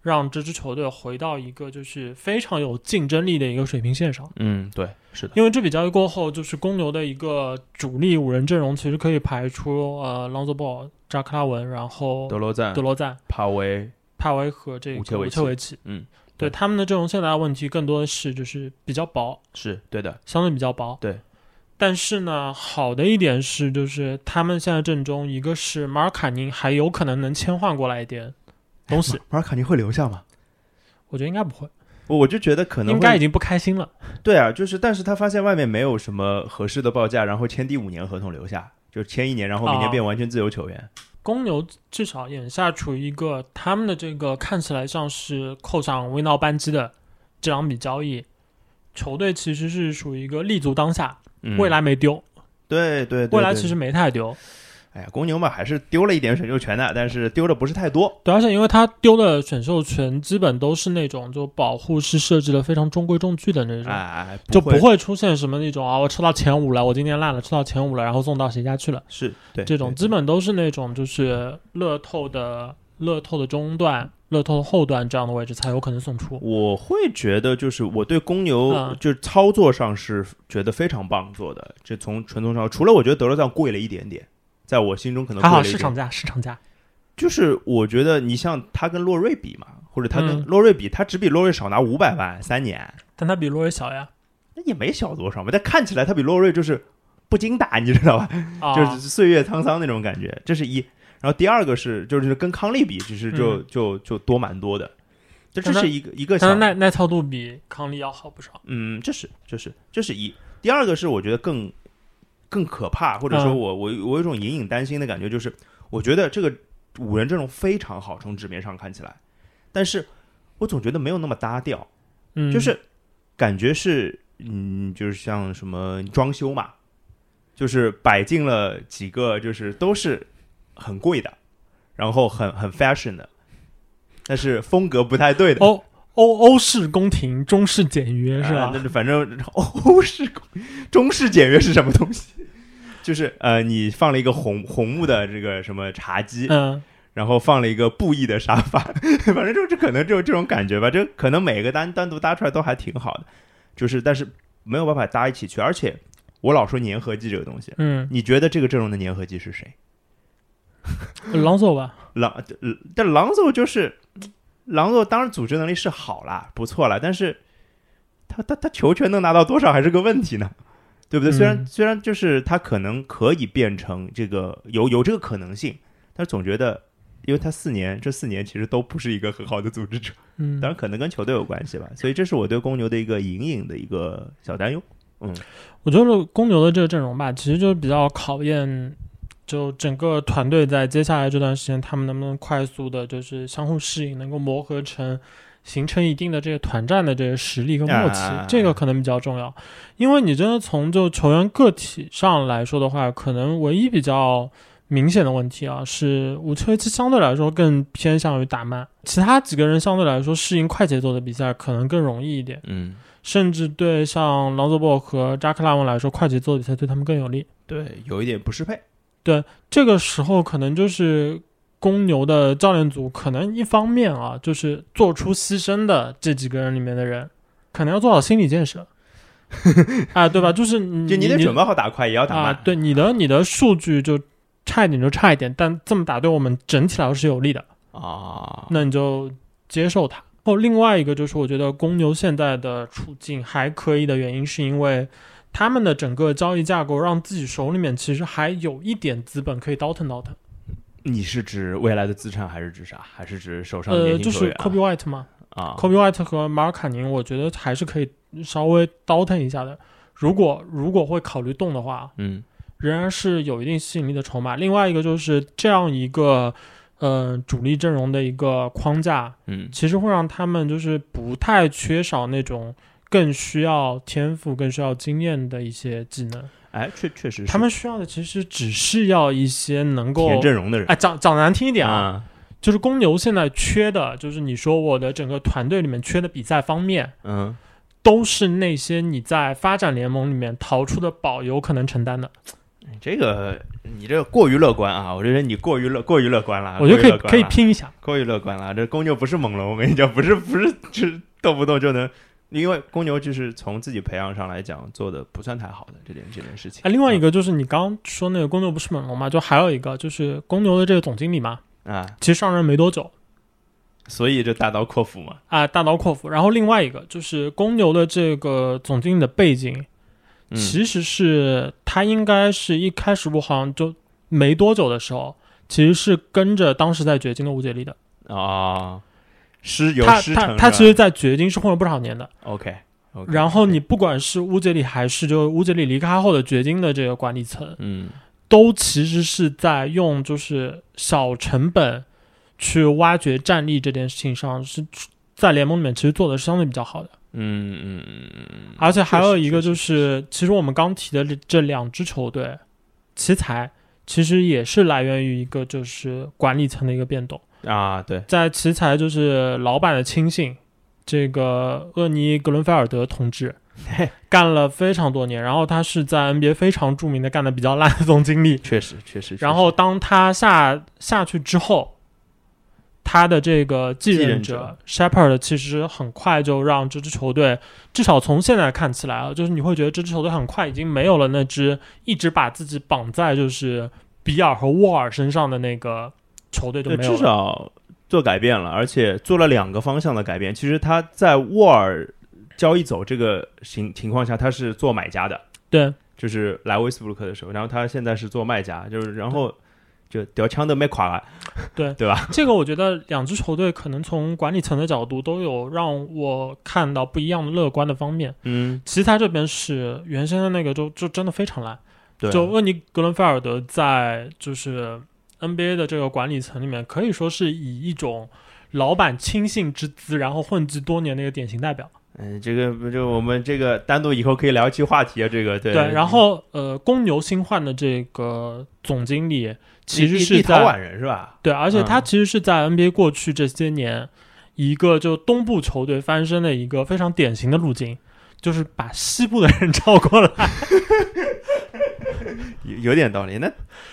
让这支球队回到一个就是非常有竞争力的一个水平线上。
嗯，对，是的，
因为这笔交易过后，就是公牛的一个主力五人阵容，其实可以排出呃朗佐鲍、扎克拉文，然后
德罗赞
德、罗赞、
帕维，
帕维和这个
乌切维
维
奇
奇。
嗯，
对他们的阵容现在的问题更多的是就是比较薄，
是对的，
相对比较薄。
对，
但是呢，好的一点是，就是他们现在阵中，一个是马尔卡宁还有可能能切换过来一点 东西，
马尔卡尼会留下吗？
我觉得应该不会，
我我就觉得可能
应
会
该已经不开心了。
对啊，就是但是他发现外面没有什么合适的报价，然后签第五年合同留下，就签一年，然后明年
啊
变完全自由球员。
公牛至少眼下处于一个他们的这个看起来像是扣上维闹扳机的这两笔交易，球队其实是属于一个立足当下，
嗯
未来没丢，
对对对，
未来
对
其实没太丢。
哎呀，公牛嘛还是丢了一点选秀权的，但是丢的不是太多。
对，而且因为他丢的选秀权基本都是那种就保护是设置的非常中规中矩的那种，
哎，
就
不
不会出现什么那种啊，我吃到前五了，我今天烂了，吃到前五了，然后送到谁家去了。
是对
这种
对
基本都是那种就是乐透的乐透的中段、乐透的后段这样的位置才有可能送出。
我会觉得，就是我对公牛
嗯
就是操作上是觉得非常棒做的。这从传统上，除了我觉得德罗赞贵了一点点，在我心中可能
还
贵
好
了一
市
点
场。价，市场价。
就是我觉得你像他跟洛瑞比嘛，或者他跟
嗯
洛瑞比，他只比洛瑞少拿五百万三年，
但它比洛瑞小呀，
那也没小多少嘛。但看起来他比洛瑞就是不经打，你知道吧？
啊，
就是岁月沧桑那种感觉，这是一。然后第二个是，就是跟康利比，其实就、
嗯
就就多蛮多的，这这
但他
是一个一个
但
小
是耐耐操度比康利要好不少。
嗯，这是这是这是一。第二个是我觉得更更可怕，或者说
嗯
我、我我有一种隐隐担心的感觉，就是我觉得这个五人阵容非常好，从纸面上看起来，但是我总觉得没有那么搭调，
嗯，
就是感觉是嗯，就是像什么装修嘛，就是摆进了几个就是都是很贵的，然后很很 fashion 的，但是风格不太对的。
欧欧欧式宫廷，中式简约是
啊
吧
那？就反正 欧式、中式简约是什么东西？ 就是呃，你放了一个红红木的这个什么茶几，
嗯，
然后放了一个布艺的沙发， 反正就这可能就这种感觉吧。这可能每个单单独搭出来都还挺好的，就是但是没有办法搭一起去。而且我老说粘合剂这个东西，
嗯，
你觉得这个阵容的粘合剂是谁？
朗索吧，
朗，呃但朗佐就是朗佐，当然组织能力是好啦，不错啦，但是他他他球权能拿到多少还是个问题呢，对不对？
嗯
虽然、虽然就是他可能可以变成这个有有这个可能性，但是总觉得。因为他四年，这四年其实都不是一个很好的组织者，
嗯，
当然可能跟球队有关系吧，所以这是我对公牛的一个隐隐的一个小担忧。
我觉得公牛的这个阵容吧，其实就是比较考验，就整个团队在接下来这段时间，他们能不能快速的，就是相互适应，能够磨合成形成一定的这个团战的这个实力跟默契，
啊
这个可能比较重要。因为你真的从就球员个体上来说的话，可能唯一比较明显的问题啊，是吴车基相对来说更偏向于打慢，其他几个人相对来说适应快节奏的比赛可能更容易一点，
嗯，
甚至对像朗佐博和扎克拉文来说，快节奏的比赛对他们更有利。
对，有一点不适配。
这个时候可能就是公牛的教练组，可能一方面啊，就是做出牺牲的这几个人里面的人，可能要做好心理 建设，啊，对吧？就是你
就你得
你
准备好打快，也要打
啊，
慢。
对你的你的数据就差一点就差一点，但这么打对我们整体来说是有利的，
啊，
那你就接受它。然后另外一个就是，我觉得公牛现在的处境还可以的原因，是因为他们的整个交易架构让自己手里面其实还有一点资本可以倒腾倒腾。
你是指未来的资产，还是指啥？还是指手上的
呃，
年
就
轻球
是
员啊？
Kobe White 嘛、
啊
k o b e White 和马尔卡宁，我觉得还是可以稍微倒腾一下的。如果如果会考虑动的话，
嗯
仍然是有一定吸引力的筹码。另外一个就是这样一个呃主力阵容的一个框架，
嗯
其实会让他们就是不太缺少那种更需要天赋、更需要经验的一些技能。
哎，确确实是
他们需要的其实只是要一些能够
填阵容的人
哎讲讲难听一点啊，
啊，
就是公牛现在缺的，就是你说我的整个团队里面缺的比赛方面，
嗯，
都是那些你在发展联盟里面淘出的宝有可能承担的。
哎这个你这个过于乐观啊！我觉得你过于乐过于乐观了，
我觉得可以
啊过于乐观
可以
了
拼一下。
过于乐观了。这公牛不是猛龙，我跟你讲，不是不是，就是动不动就能，因为公牛就是从自己培养上来讲做的不算太好的这件这件事情。
哎，另外一
个
个就是你刚刚说那个公牛不是猛龙嘛，就还有一个就是公牛的这个总经理嘛，
啊，
其实上任没多久
所以这大刀阔斧嘛，
啊、大刀阔斧。然后另外一个就是公牛的这个总经理的背景，
嗯
其实是他应该是一开始我好像就没多久的时候，其实是跟着当时在掘金的吴杰利的。
啊，师有
他
师
他
承
他
是
其
吧
实，在掘金是混了不少年的。
OK，, o k
然后你不管是乌杰里还是就乌杰里离开后的掘金的这个管理层，
嗯
都其实是在用就是小成本去挖掘战力这件事情上是。在联盟里面，其实做的是相对比较好的，
嗯嗯嗯嗯嗯，
而且还有一个
确
就
实
是，其实我们刚提的这这两支球队，奇才其实也是来源于一个就是管理层的一个变动。
啊，对，
在奇才就是老板的亲信，这个厄尼格伦菲尔德同志
嘿
干了非常多年，然后他是在 NBA 非常著名的干的比较烂的总经理，
确实确实。
然
确
后当他下下去之后，他的这个继
继
任
任
者
者
Shepard 其实很快就让这支球队，至少从现在看起来啊，就是你会觉得这支球队很快已经没有了那支一直把自己绑在就是比尔和沃尔身上的那个球队就
对，
没有
至
了。
少做改变了，而且做了两个方向的改变。其实他在沃尔交易走这个情情况下，他是做买家的，
对，
就是来威斯布鲁克的时候，然后他现在是做卖家，就是然后就屌枪的没垮了。
这个我觉得两支球队可能从管理层的角度都有让我看到不一样的乐观的方面。
嗯，
奇才这边是原先的那个就就真的非常烂，
对，
就厄尼格伦菲尔德在就是 NBA 的这个管理层里面，可以说是以一种老板亲信之姿，然后混迹多年的一个典型代表。
嗯，这个不就我们这个单独以后可以聊一期话题啊，这个对
对，然后呃，公牛新换的这个总经理其实是
立陶
在
宛人是吧？
对，而且他
嗯
其实是在 NBA 过去这些年，一个就东部球队翻身的一个非常典型的路径，就是把西部的人 招过来，
有有点道理。那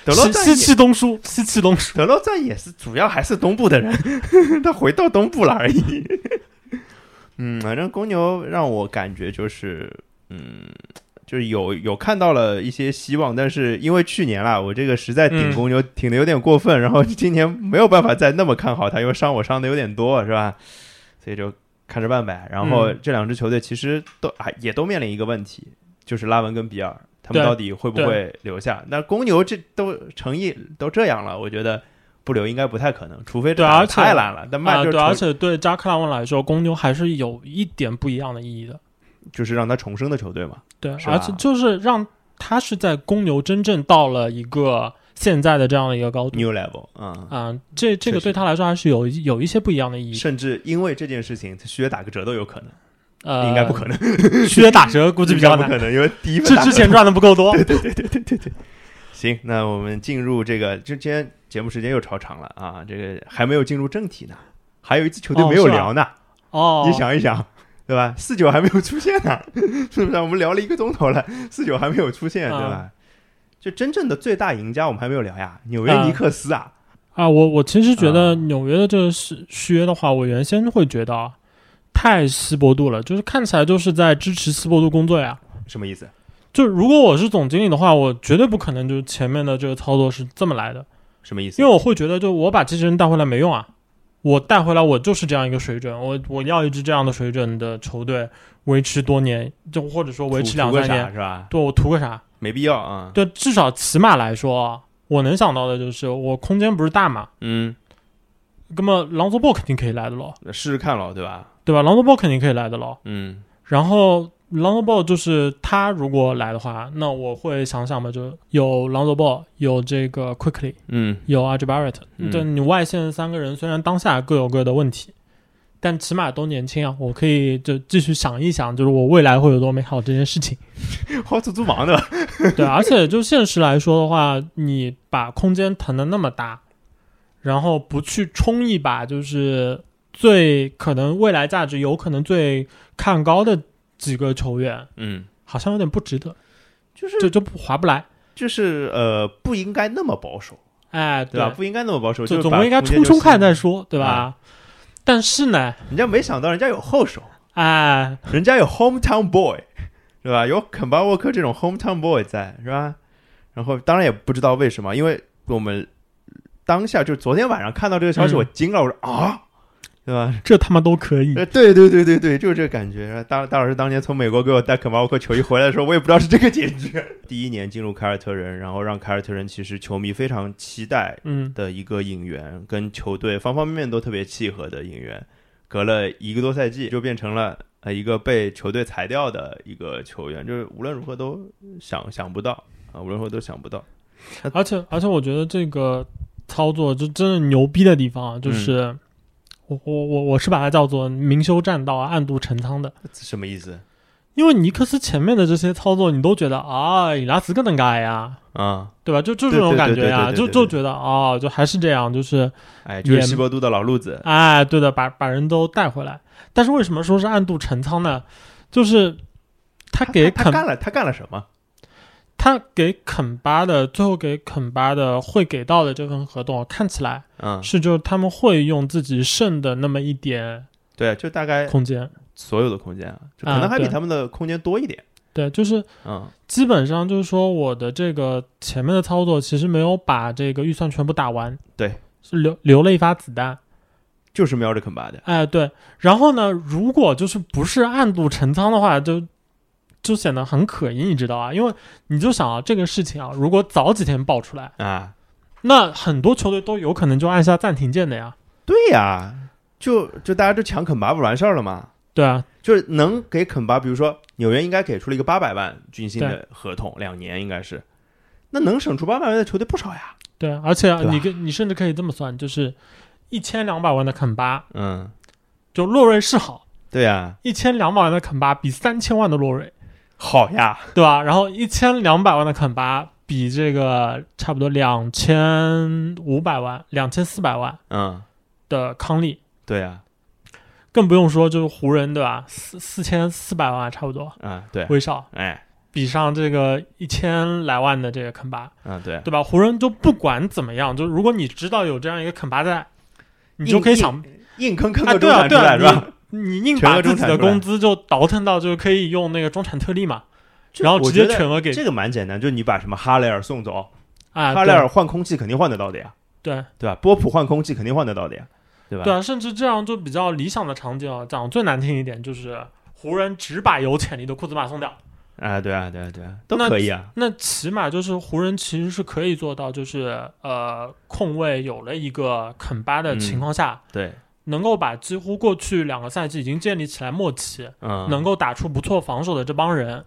德罗
西
赞也
西气东输，西气东输。
德罗赞也是主要还是东部的人， 他回到东部了而已。 嗯，反正公牛让我感觉就是，嗯，就是有有看到了一些希望，但是因为去年啦，我这个实在顶
嗯
公牛顶的有点过分，然后今年没有办法再那么看好他，因为伤我伤的有点多，是吧？所以就看着办呗。然后
嗯
这两支球队其实都还也都面临一个问题，就是拉文跟比尔他们
对
到底会不会留下？那公牛这都诚意都这样了，我觉得不留应该不太可能，除非这
对
打得
而且
太烂了。但
啊、
曼就
对，
重
而且对扎克拉文来说，公牛还是有一点不一样的意义的。
就是让他重生的球队嘛。
对，
是
而
吧
且就是让他是在公牛真正到了一个现在的这样的一个高度。
new level 啊、
嗯啊、这这个
确实
对他来说还是有一有一些不一样的意义。
甚至因为这件事情，薛打个折都有可能，
呃，
应该不可能，
能，薛打折估计比较
应该不
难，
可能，因为第一份
这
打折
之前赚的不 够多。
行，那我们进入这个，这今天节目时间又超长了啊，这个还没有进入正题呢，还有一支球队
哦
没有
是吧
聊呢，
哦，
你想一想，对吧？四九还没有出现呢， 是不是？我们聊了一个钟头了，四九还没有出现，对
啊
吧？就真正的最大赢家我们还没有聊呀，纽约尼克斯啊，
啊，我我其实觉
啊
得纽约的这个续续约的话，我原先会觉得啊，太西伯杜了，就是看起来就是在支持西伯杜工作呀。
什么意思？
就如果我是总经理的话，我绝对不可能就是前面的这个操作是这么来的，
什么意思？
因为我会觉得，就我把机器人带回来没用啊，我带回来我就是这样一个水准，我我要一支这样的水准的球队维持多年，就或者说维持
图
两
图个
三
啥
年，
是吧？
对我图个啥？
没必要啊。
对，至少起码来说啊，我能想到的就是哦我空间不是大嘛，
嗯，
那么朗佐鲍肯定可以来的咯，
试试看咯，对吧？
对吧？朗佐鲍肯定可以来的咯。
嗯，
然后朗佐鲍就是他如果来的话，那我会想想吧，就有朗佐鲍，有这个 Quickly，
嗯，
有 a r g b a r r e t
嗯
对你外线三个人虽然当下各有各的问题，但起码都年轻啊，我可以就继续想一想，就是我未来会有多美好这件事情。
花足足忙的吧，
对，而且就现实来说的话，你把空间腾的那么大，然后不去冲一把，就是最可能未来价值有可能最看高的几个球员，
嗯，
好像有点不值得，
就是
就就不划不来。
就是呃，不应该那么保守，
哎，
对吧？啊不应该那么保守，
就
就
总
把
归应该
空间
冲冲
就
看
是
再说，对吧？
哎
但是呢，
人家没想到人家有后手，
哎，
人家有 hometown boy，对吧？有肯巴沃克这种 hometown boy 在，是吧？然后当然也不知道为什么，因为我们当下就昨天晚上看到这个消息，
嗯
我惊了，我说啊，对吧？
这他妈都可以。
呃，对对对对对，就是这个感觉。然后大大老师当年从美国给我带肯巴沃克球衣回来的时候，我也不知道是这个结局。 第一年进入凯尔特人，然后让凯尔特人其实球迷非常期待，
嗯，
的一个引援，跟球队方方面面都特别契合的引援，隔了一个多赛季就变成了呃一个被球队裁掉的一个球员，就是无论如何都想想不到啊，无论如何都想不到。
而且而且我觉得这个操作就真的牛逼的地方啊，
嗯
就是。我我我我是把它叫做明修栈道，暗度陈仓的，
什么意思
因为尼克斯前面的这些操作，你都觉得啊，伊拉斯更能干呀，
啊？
对吧？就就
对
这种
对
感
对
觉呀，
对对
就
对
就
对
觉得啊，就还是这样，就是
哎，就是
也
西伯杜的老路子，
哎，对的，把把人都带回来。但是为什么说是暗度陈仓呢？就是他给
他
肯
干了他干了什么？
他给肯巴的最后给肯巴的会给到的这份合同，看起来
嗯，
是就是他们会用自己剩的那么一点
对，啊就大概
空间，
所有的空间啊，就可能
啊
还比
对
他们的空间多一点。
对，就是
嗯
基本上就是说我的这个前面的操作其实没有把这个预算全部打完，
对，
是留留了一发子弹，
就是瞄着肯巴的，
哎，对。然后呢，如果就是不是暗度陈仓的话，就就显得很可疑，你知道啊？因为你就想啊，这个事情啊，如果早几天爆出来，
啊，
那很多球队都有可能就按下暂停键的呀。
对呀、就就大家就抢肯巴不完事儿了吗？
对啊，
就是能给肯巴，比如说纽约应该给出了一个八百万军薪的合同，两年应该是，那能省出八百万的球队不少呀。
对啊。而且啊
对吧
你跟你甚至可以这么算，就是一千两百万的肯巴，
嗯，
就洛瑞是好，
对呀，
一千两百万的肯巴比三千万的洛瑞，
好呀，
对吧？然后一千两百万的肯巴比这个差不多两千五百万、两千四百万
嗯，
的康利。
对呀，
更不用说就是湖人对吧？四四千四百万差不多，
啊，对，
威少
哎，
比上这个一千来万的这个肯巴，
啊，对，
对吧？湖人就不管怎么样，就如果你知道有这样一个肯巴在，你就可以想，
硬坑坑
啊
个中
对啊
产出
对啊
来是吧？
你硬
全额
把
中
自己
产
的
出来
工资就倒腾到就是可以用那个中产特例嘛，
这
然后直接
我觉得
全额给
这个蛮简单，就是你把什么哈雷尔送走，
啊，
哈雷尔换空气肯定换得到的呀，
对对
对吧？波普换空气肯定换得到的呀，对吧？
对啊，甚至这样就比较理想的场景啊，讲最难听一点就是湖人只把有潜力的库兹马送掉。
啊，对啊，对啊，对啊，都
那
可以啊，
那起码就是湖人其实是可以做到，就是呃控卫有了一个肯巴的情况下，
对，
能够把几乎过去两个赛季已经建立起来默契，
嗯，
能够打出不错防守的这帮人，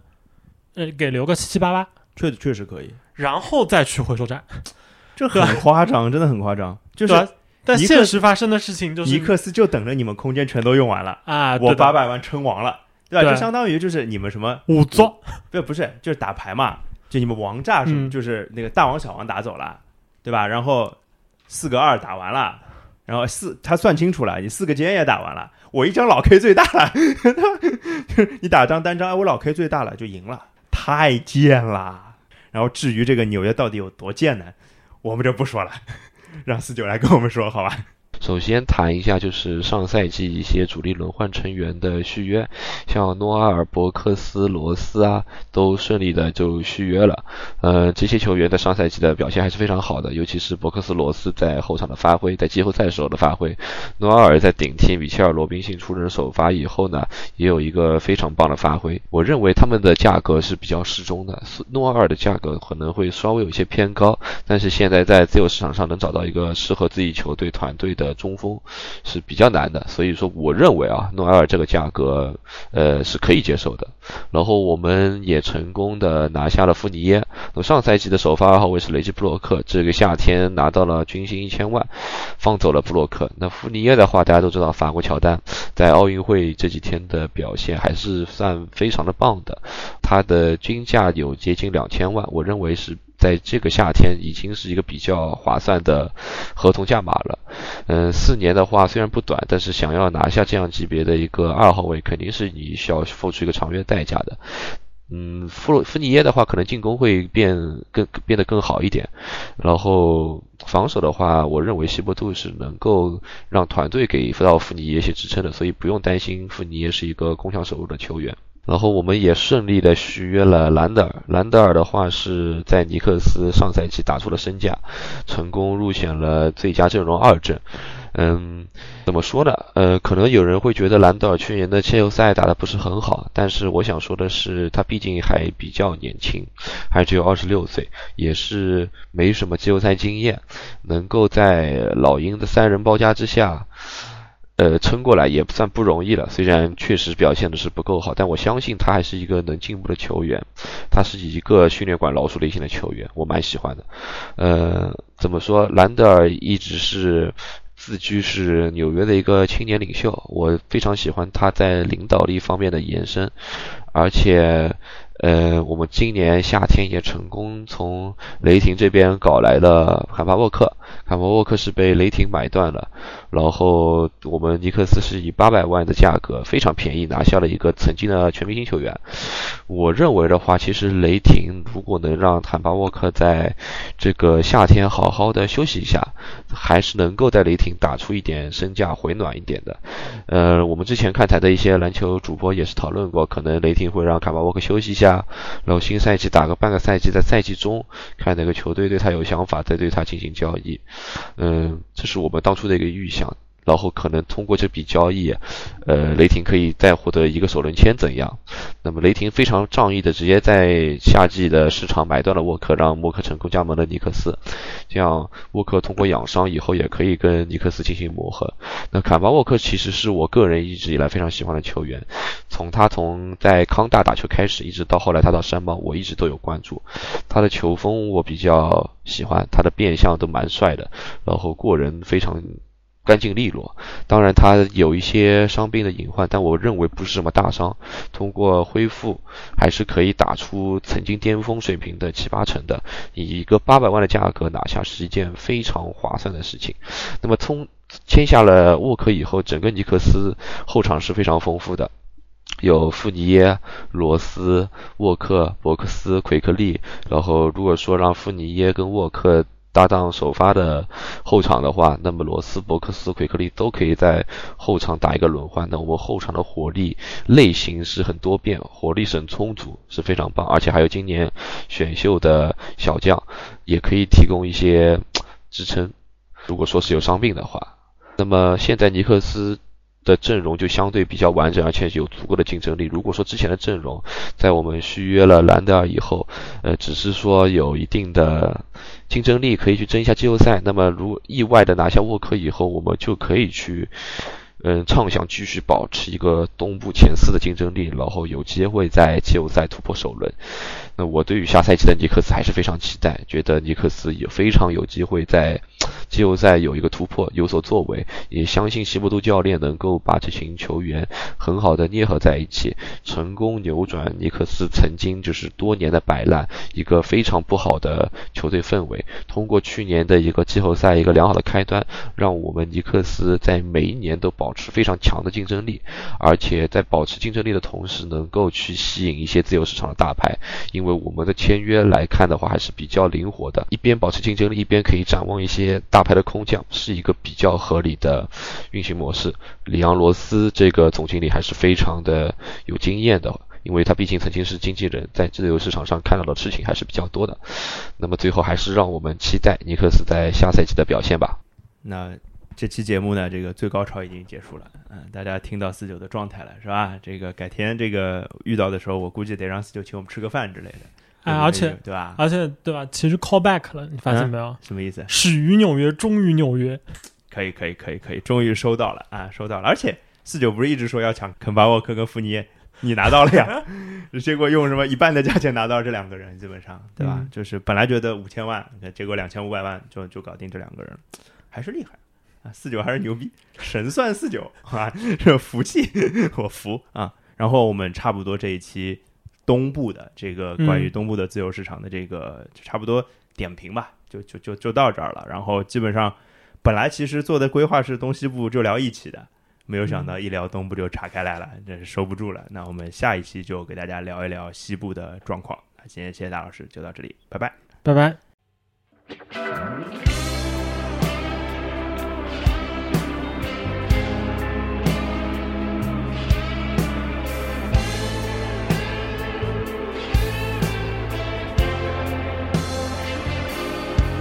呃给留个七七八八，
确确实可以，
然后再去回收站。
这很夸张，真的很夸张。就
啊对
是
吧？但
尼克
现实发生的事情就是
尼克斯就等着你们空间全都用完了，
啊，
我
对的
八百万称王了，对吧？
对
就相当于就是你们什么
仵作，
不不是，就是打牌嘛，就你们王炸是、
嗯
就是那个大王小王打走了，对吧？然后四个二打完了，然后四他算清楚了，你四个尖也打完了，我一张老 K 最大了， 你打张单张，哎我老 K 最大了就赢了，太贱啦！然后至于这个纽约到底有多贱呢，我们就不说了， 让四九来跟我们说好吧？
首先谈一下就是上赛季一些主力轮换成员的续约，像诺阿尔、伯克斯、罗斯啊，都顺利的就续约了。呃，这些球员在上赛季的表现还是非常好的，尤其是伯克斯、罗斯在后场的发挥，在季后赛时候的发挥。诺阿尔在顶替米切尔·罗宾逊出任首发以后呢，也有一个非常棒的发挥。我认为他们的价格是比较适中的，斯诺阿尔的价格可能会稍微有一些偏高，但是现在在自由市场上能找到一个适合自己球队团队的中锋是比较难的，所以说我认为啊，诺埃尔这个价格呃是可以接受的。然后我们也成功的拿下了富尼耶，那么上赛季的首发二号位是雷吉布洛克，这个夏天拿到了军薪一千万，放走了布洛克。那富尼耶的话，大家都知道法国乔丹在奥运会这几天的表现还是算非常的棒的，他的均价有接近两千万，我认为是在这个夏天已经是一个比较划算的合同价码了。嗯，四年的话虽然不短，但是想要拿下这样级别的一个二号位，肯定是你需要付出一个长远代价的。嗯，弗洛弗尼耶的话，可能进攻会变更变得更好一点，然后防守的话，我认为希伯杜是能够让团队给到弗尼耶一些支撑的，所以不用担心弗尼耶是一个攻强守弱的球员。然后我们也顺利的续约了兰德尔。兰德尔的话是在尼克斯上赛季打出了身价，成功入选了最佳阵容二阵。嗯，怎么说呢？呃，可能有人会觉得兰德尔去年的季后赛打得不是很好，但是我想说的是，他毕竟还比较年轻，还只有二十六岁，也是没什么季后赛经验，能够在老鹰的三人包夹之下，呃，撑过来也不算不容易了。虽然确实表现的是不够好，但我相信他还是一个能进步的球员。他是一个训练馆老鼠类型的球员，我蛮喜欢的。呃，怎么说？兰德尔一直是自居是纽约的一个青年领袖，我非常喜欢他在领导力方面的延伸，而且。呃，我们今年夏天也成功从雷霆这边搞来了坎帕沃克，坎帕沃克是被雷霆买断了，然后我们尼克斯是以八百万的价格非常便宜拿下了一个曾经的全明星球员。我认为的话，其实雷霆如果能让坦巴沃克在这个夏天好好的休息一下，还是能够在雷霆打出一点身价回暖一点的。呃，我们之前看台的一些篮球主播也是讨论过，可能雷霆会让卡巴沃克休息一下，然后新赛季打个半个赛季，在赛季中看哪个球队对他有想法，再对他进行交易。嗯，这是我们当初的一个预想。然后可能通过这笔交易，呃，雷霆可以再获得一个首轮签怎样？那么雷霆非常仗义的直接在夏季的市场买断了沃克，让沃克成功加盟了尼克斯。这样沃克通过养伤以后也可以跟尼克斯进行磨合。那坎巴沃克其实是我个人一直以来非常喜欢的球员，从他从在康大打球开始，一直到后来他到山邦，我一直都有关注。他的球风我比较喜欢，他的变相都蛮帅的，然后过人非常干净利落。当然他有一些伤病的隐患，但我认为不是什么大伤，通过恢复还是可以打出曾经巅峰水平的七八成的。以一个八百万的价格拿下是一件非常划算的事情。那么从签下了沃克以后，整个尼克斯后场是非常丰富的，有富尼耶、罗斯、沃克、伯克斯、奎克利。然后如果说让富尼耶跟沃克搭档首发的后场的话，那么罗斯、伯克斯、奎克利都可以在后场打一个轮换。那我们后场的火力类型是很多变，火力是很充足，是非常棒。而且还有今年选秀的小将，也可以提供一些支撑。如果说是有伤病的话，那么现在尼克斯的阵容就相对比较完整，而且有足够的竞争力。如果说之前的阵容在我们续约了兰德尔以后，呃，只是说有一定的竞争力可以去争一下季后赛，那么如意外的拿下沃克以后，我们就可以去。嗯，畅想继续保持一个东部前四的竞争力，然后有机会在季后赛突破首轮。那我对于下赛季的尼克斯还是非常期待，觉得尼克斯也非常有机会在季后赛有一个突破，有所作为。也相信西伯杜教练能够把这群球员很好的捏合在一起，成功扭转尼克斯曾经就是多年的摆烂，一个非常不好的球队氛围。通过去年的一个季后赛一个良好的开端，让我们尼克斯在每一年都保持非常强的竞争力，而且在保持竞争力的同时，能够去吸引一些自由市场的大牌。因为我们的签约来看的话，还是比较灵活的，一边保持竞争力，一边可以展望一些大牌的空降，是一个比较合理的运行模式。里昂·罗斯这个总经理还是非常的有经验的。因为他毕竟曾经是经纪人，在自由市场上看到的事情还是比较多的。那么最后还是让我们期待尼克斯在下赛季的表现吧。
那这期节目呢，这个最高潮已经结束了，嗯，大家听到四九的状态了是吧？这个改天这个遇到的时候，我估计得让四九请我们吃个饭之类的。
哎
嗯
而且
对嗯吧？
而且对吧？其实 call back 了，你发现没有？
什么意思？
始于纽约，终于纽约。
可以，可以，可以，可以，终于收到了啊，收到了！而且四九不是一直说要抢肯巴沃克跟福尼耶，你拿到了呀？ 结果用什么一半的价钱拿到这两个人，基本上对吧？
嗯
就是本来觉得五千万，结果两千五百万就就搞定这两个人了，还是厉害。啊，四九还是牛逼，神算四九啊， 这服气，我服啊。然后我们差不多这一期东部的这个关于
嗯
东部的自由市场的这个、就差不多点评吧，就就就就到这儿了。然后基本上本来其实做的规划是东西部就聊一起的，没有想到一聊东部就岔开来了，真是收不住了。那我们下一期就给大家聊一聊西部的状况。那今天谢谢大老师，就到这里，拜拜。
拜拜。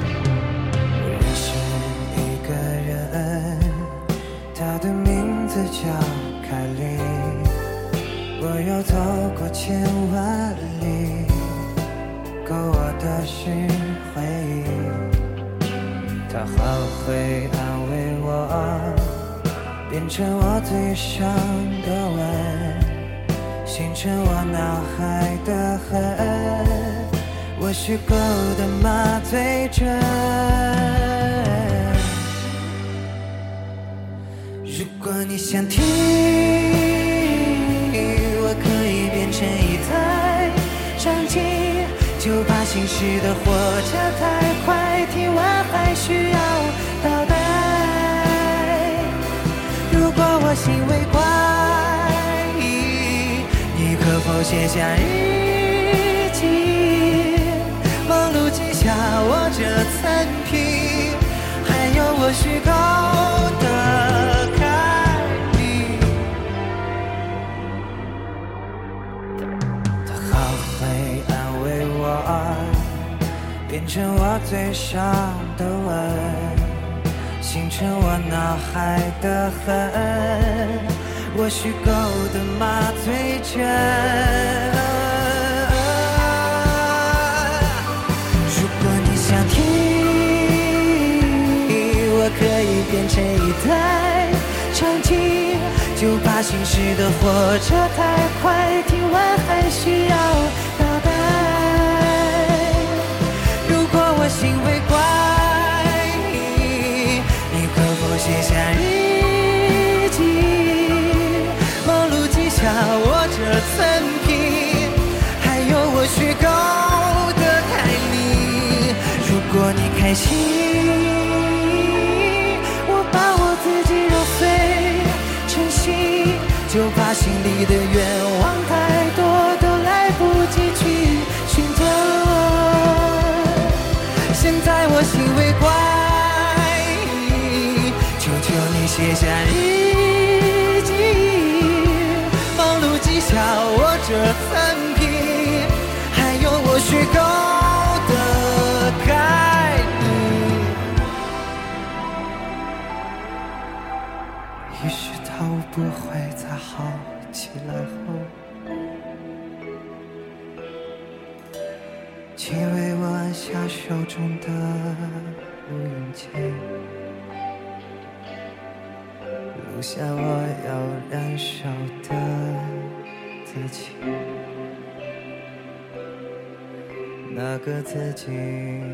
认识一个人，他的名字叫凯莉。我要走过千万里，可我的是回忆。他还会安慰我，变成我嘴上的吻，形成我脑海的痕。我虚构的麻醉针。如果你想听，我可以变成一台唱机，就把心事的火车太快，听完还需要倒带。如果我心为怪，你可否写下日记？忙碌记下我这残皮，还有我虚构的凯莉。他好会安慰我，变成我嘴上的吻。形成我脑海的痕，我虚构的麻醉针。如果你想听，我可以变成一台唱机，就把心事的火车太快，听完还需要倒带。如果我心为怪，你可否写下日记？忙碌记下我这曾经，还有我虚构的凯莉。如果你开心，我把我自己揉碎成心，就把心里的愿望太多都来不及去寻择。现在我心为怪，求求你写下日记，忙碌记下我这残皮，还有我虚构的概念。也许逃不会再好起来后。请为我按下手中的录音键。录下我要燃烧的自己，那个自己。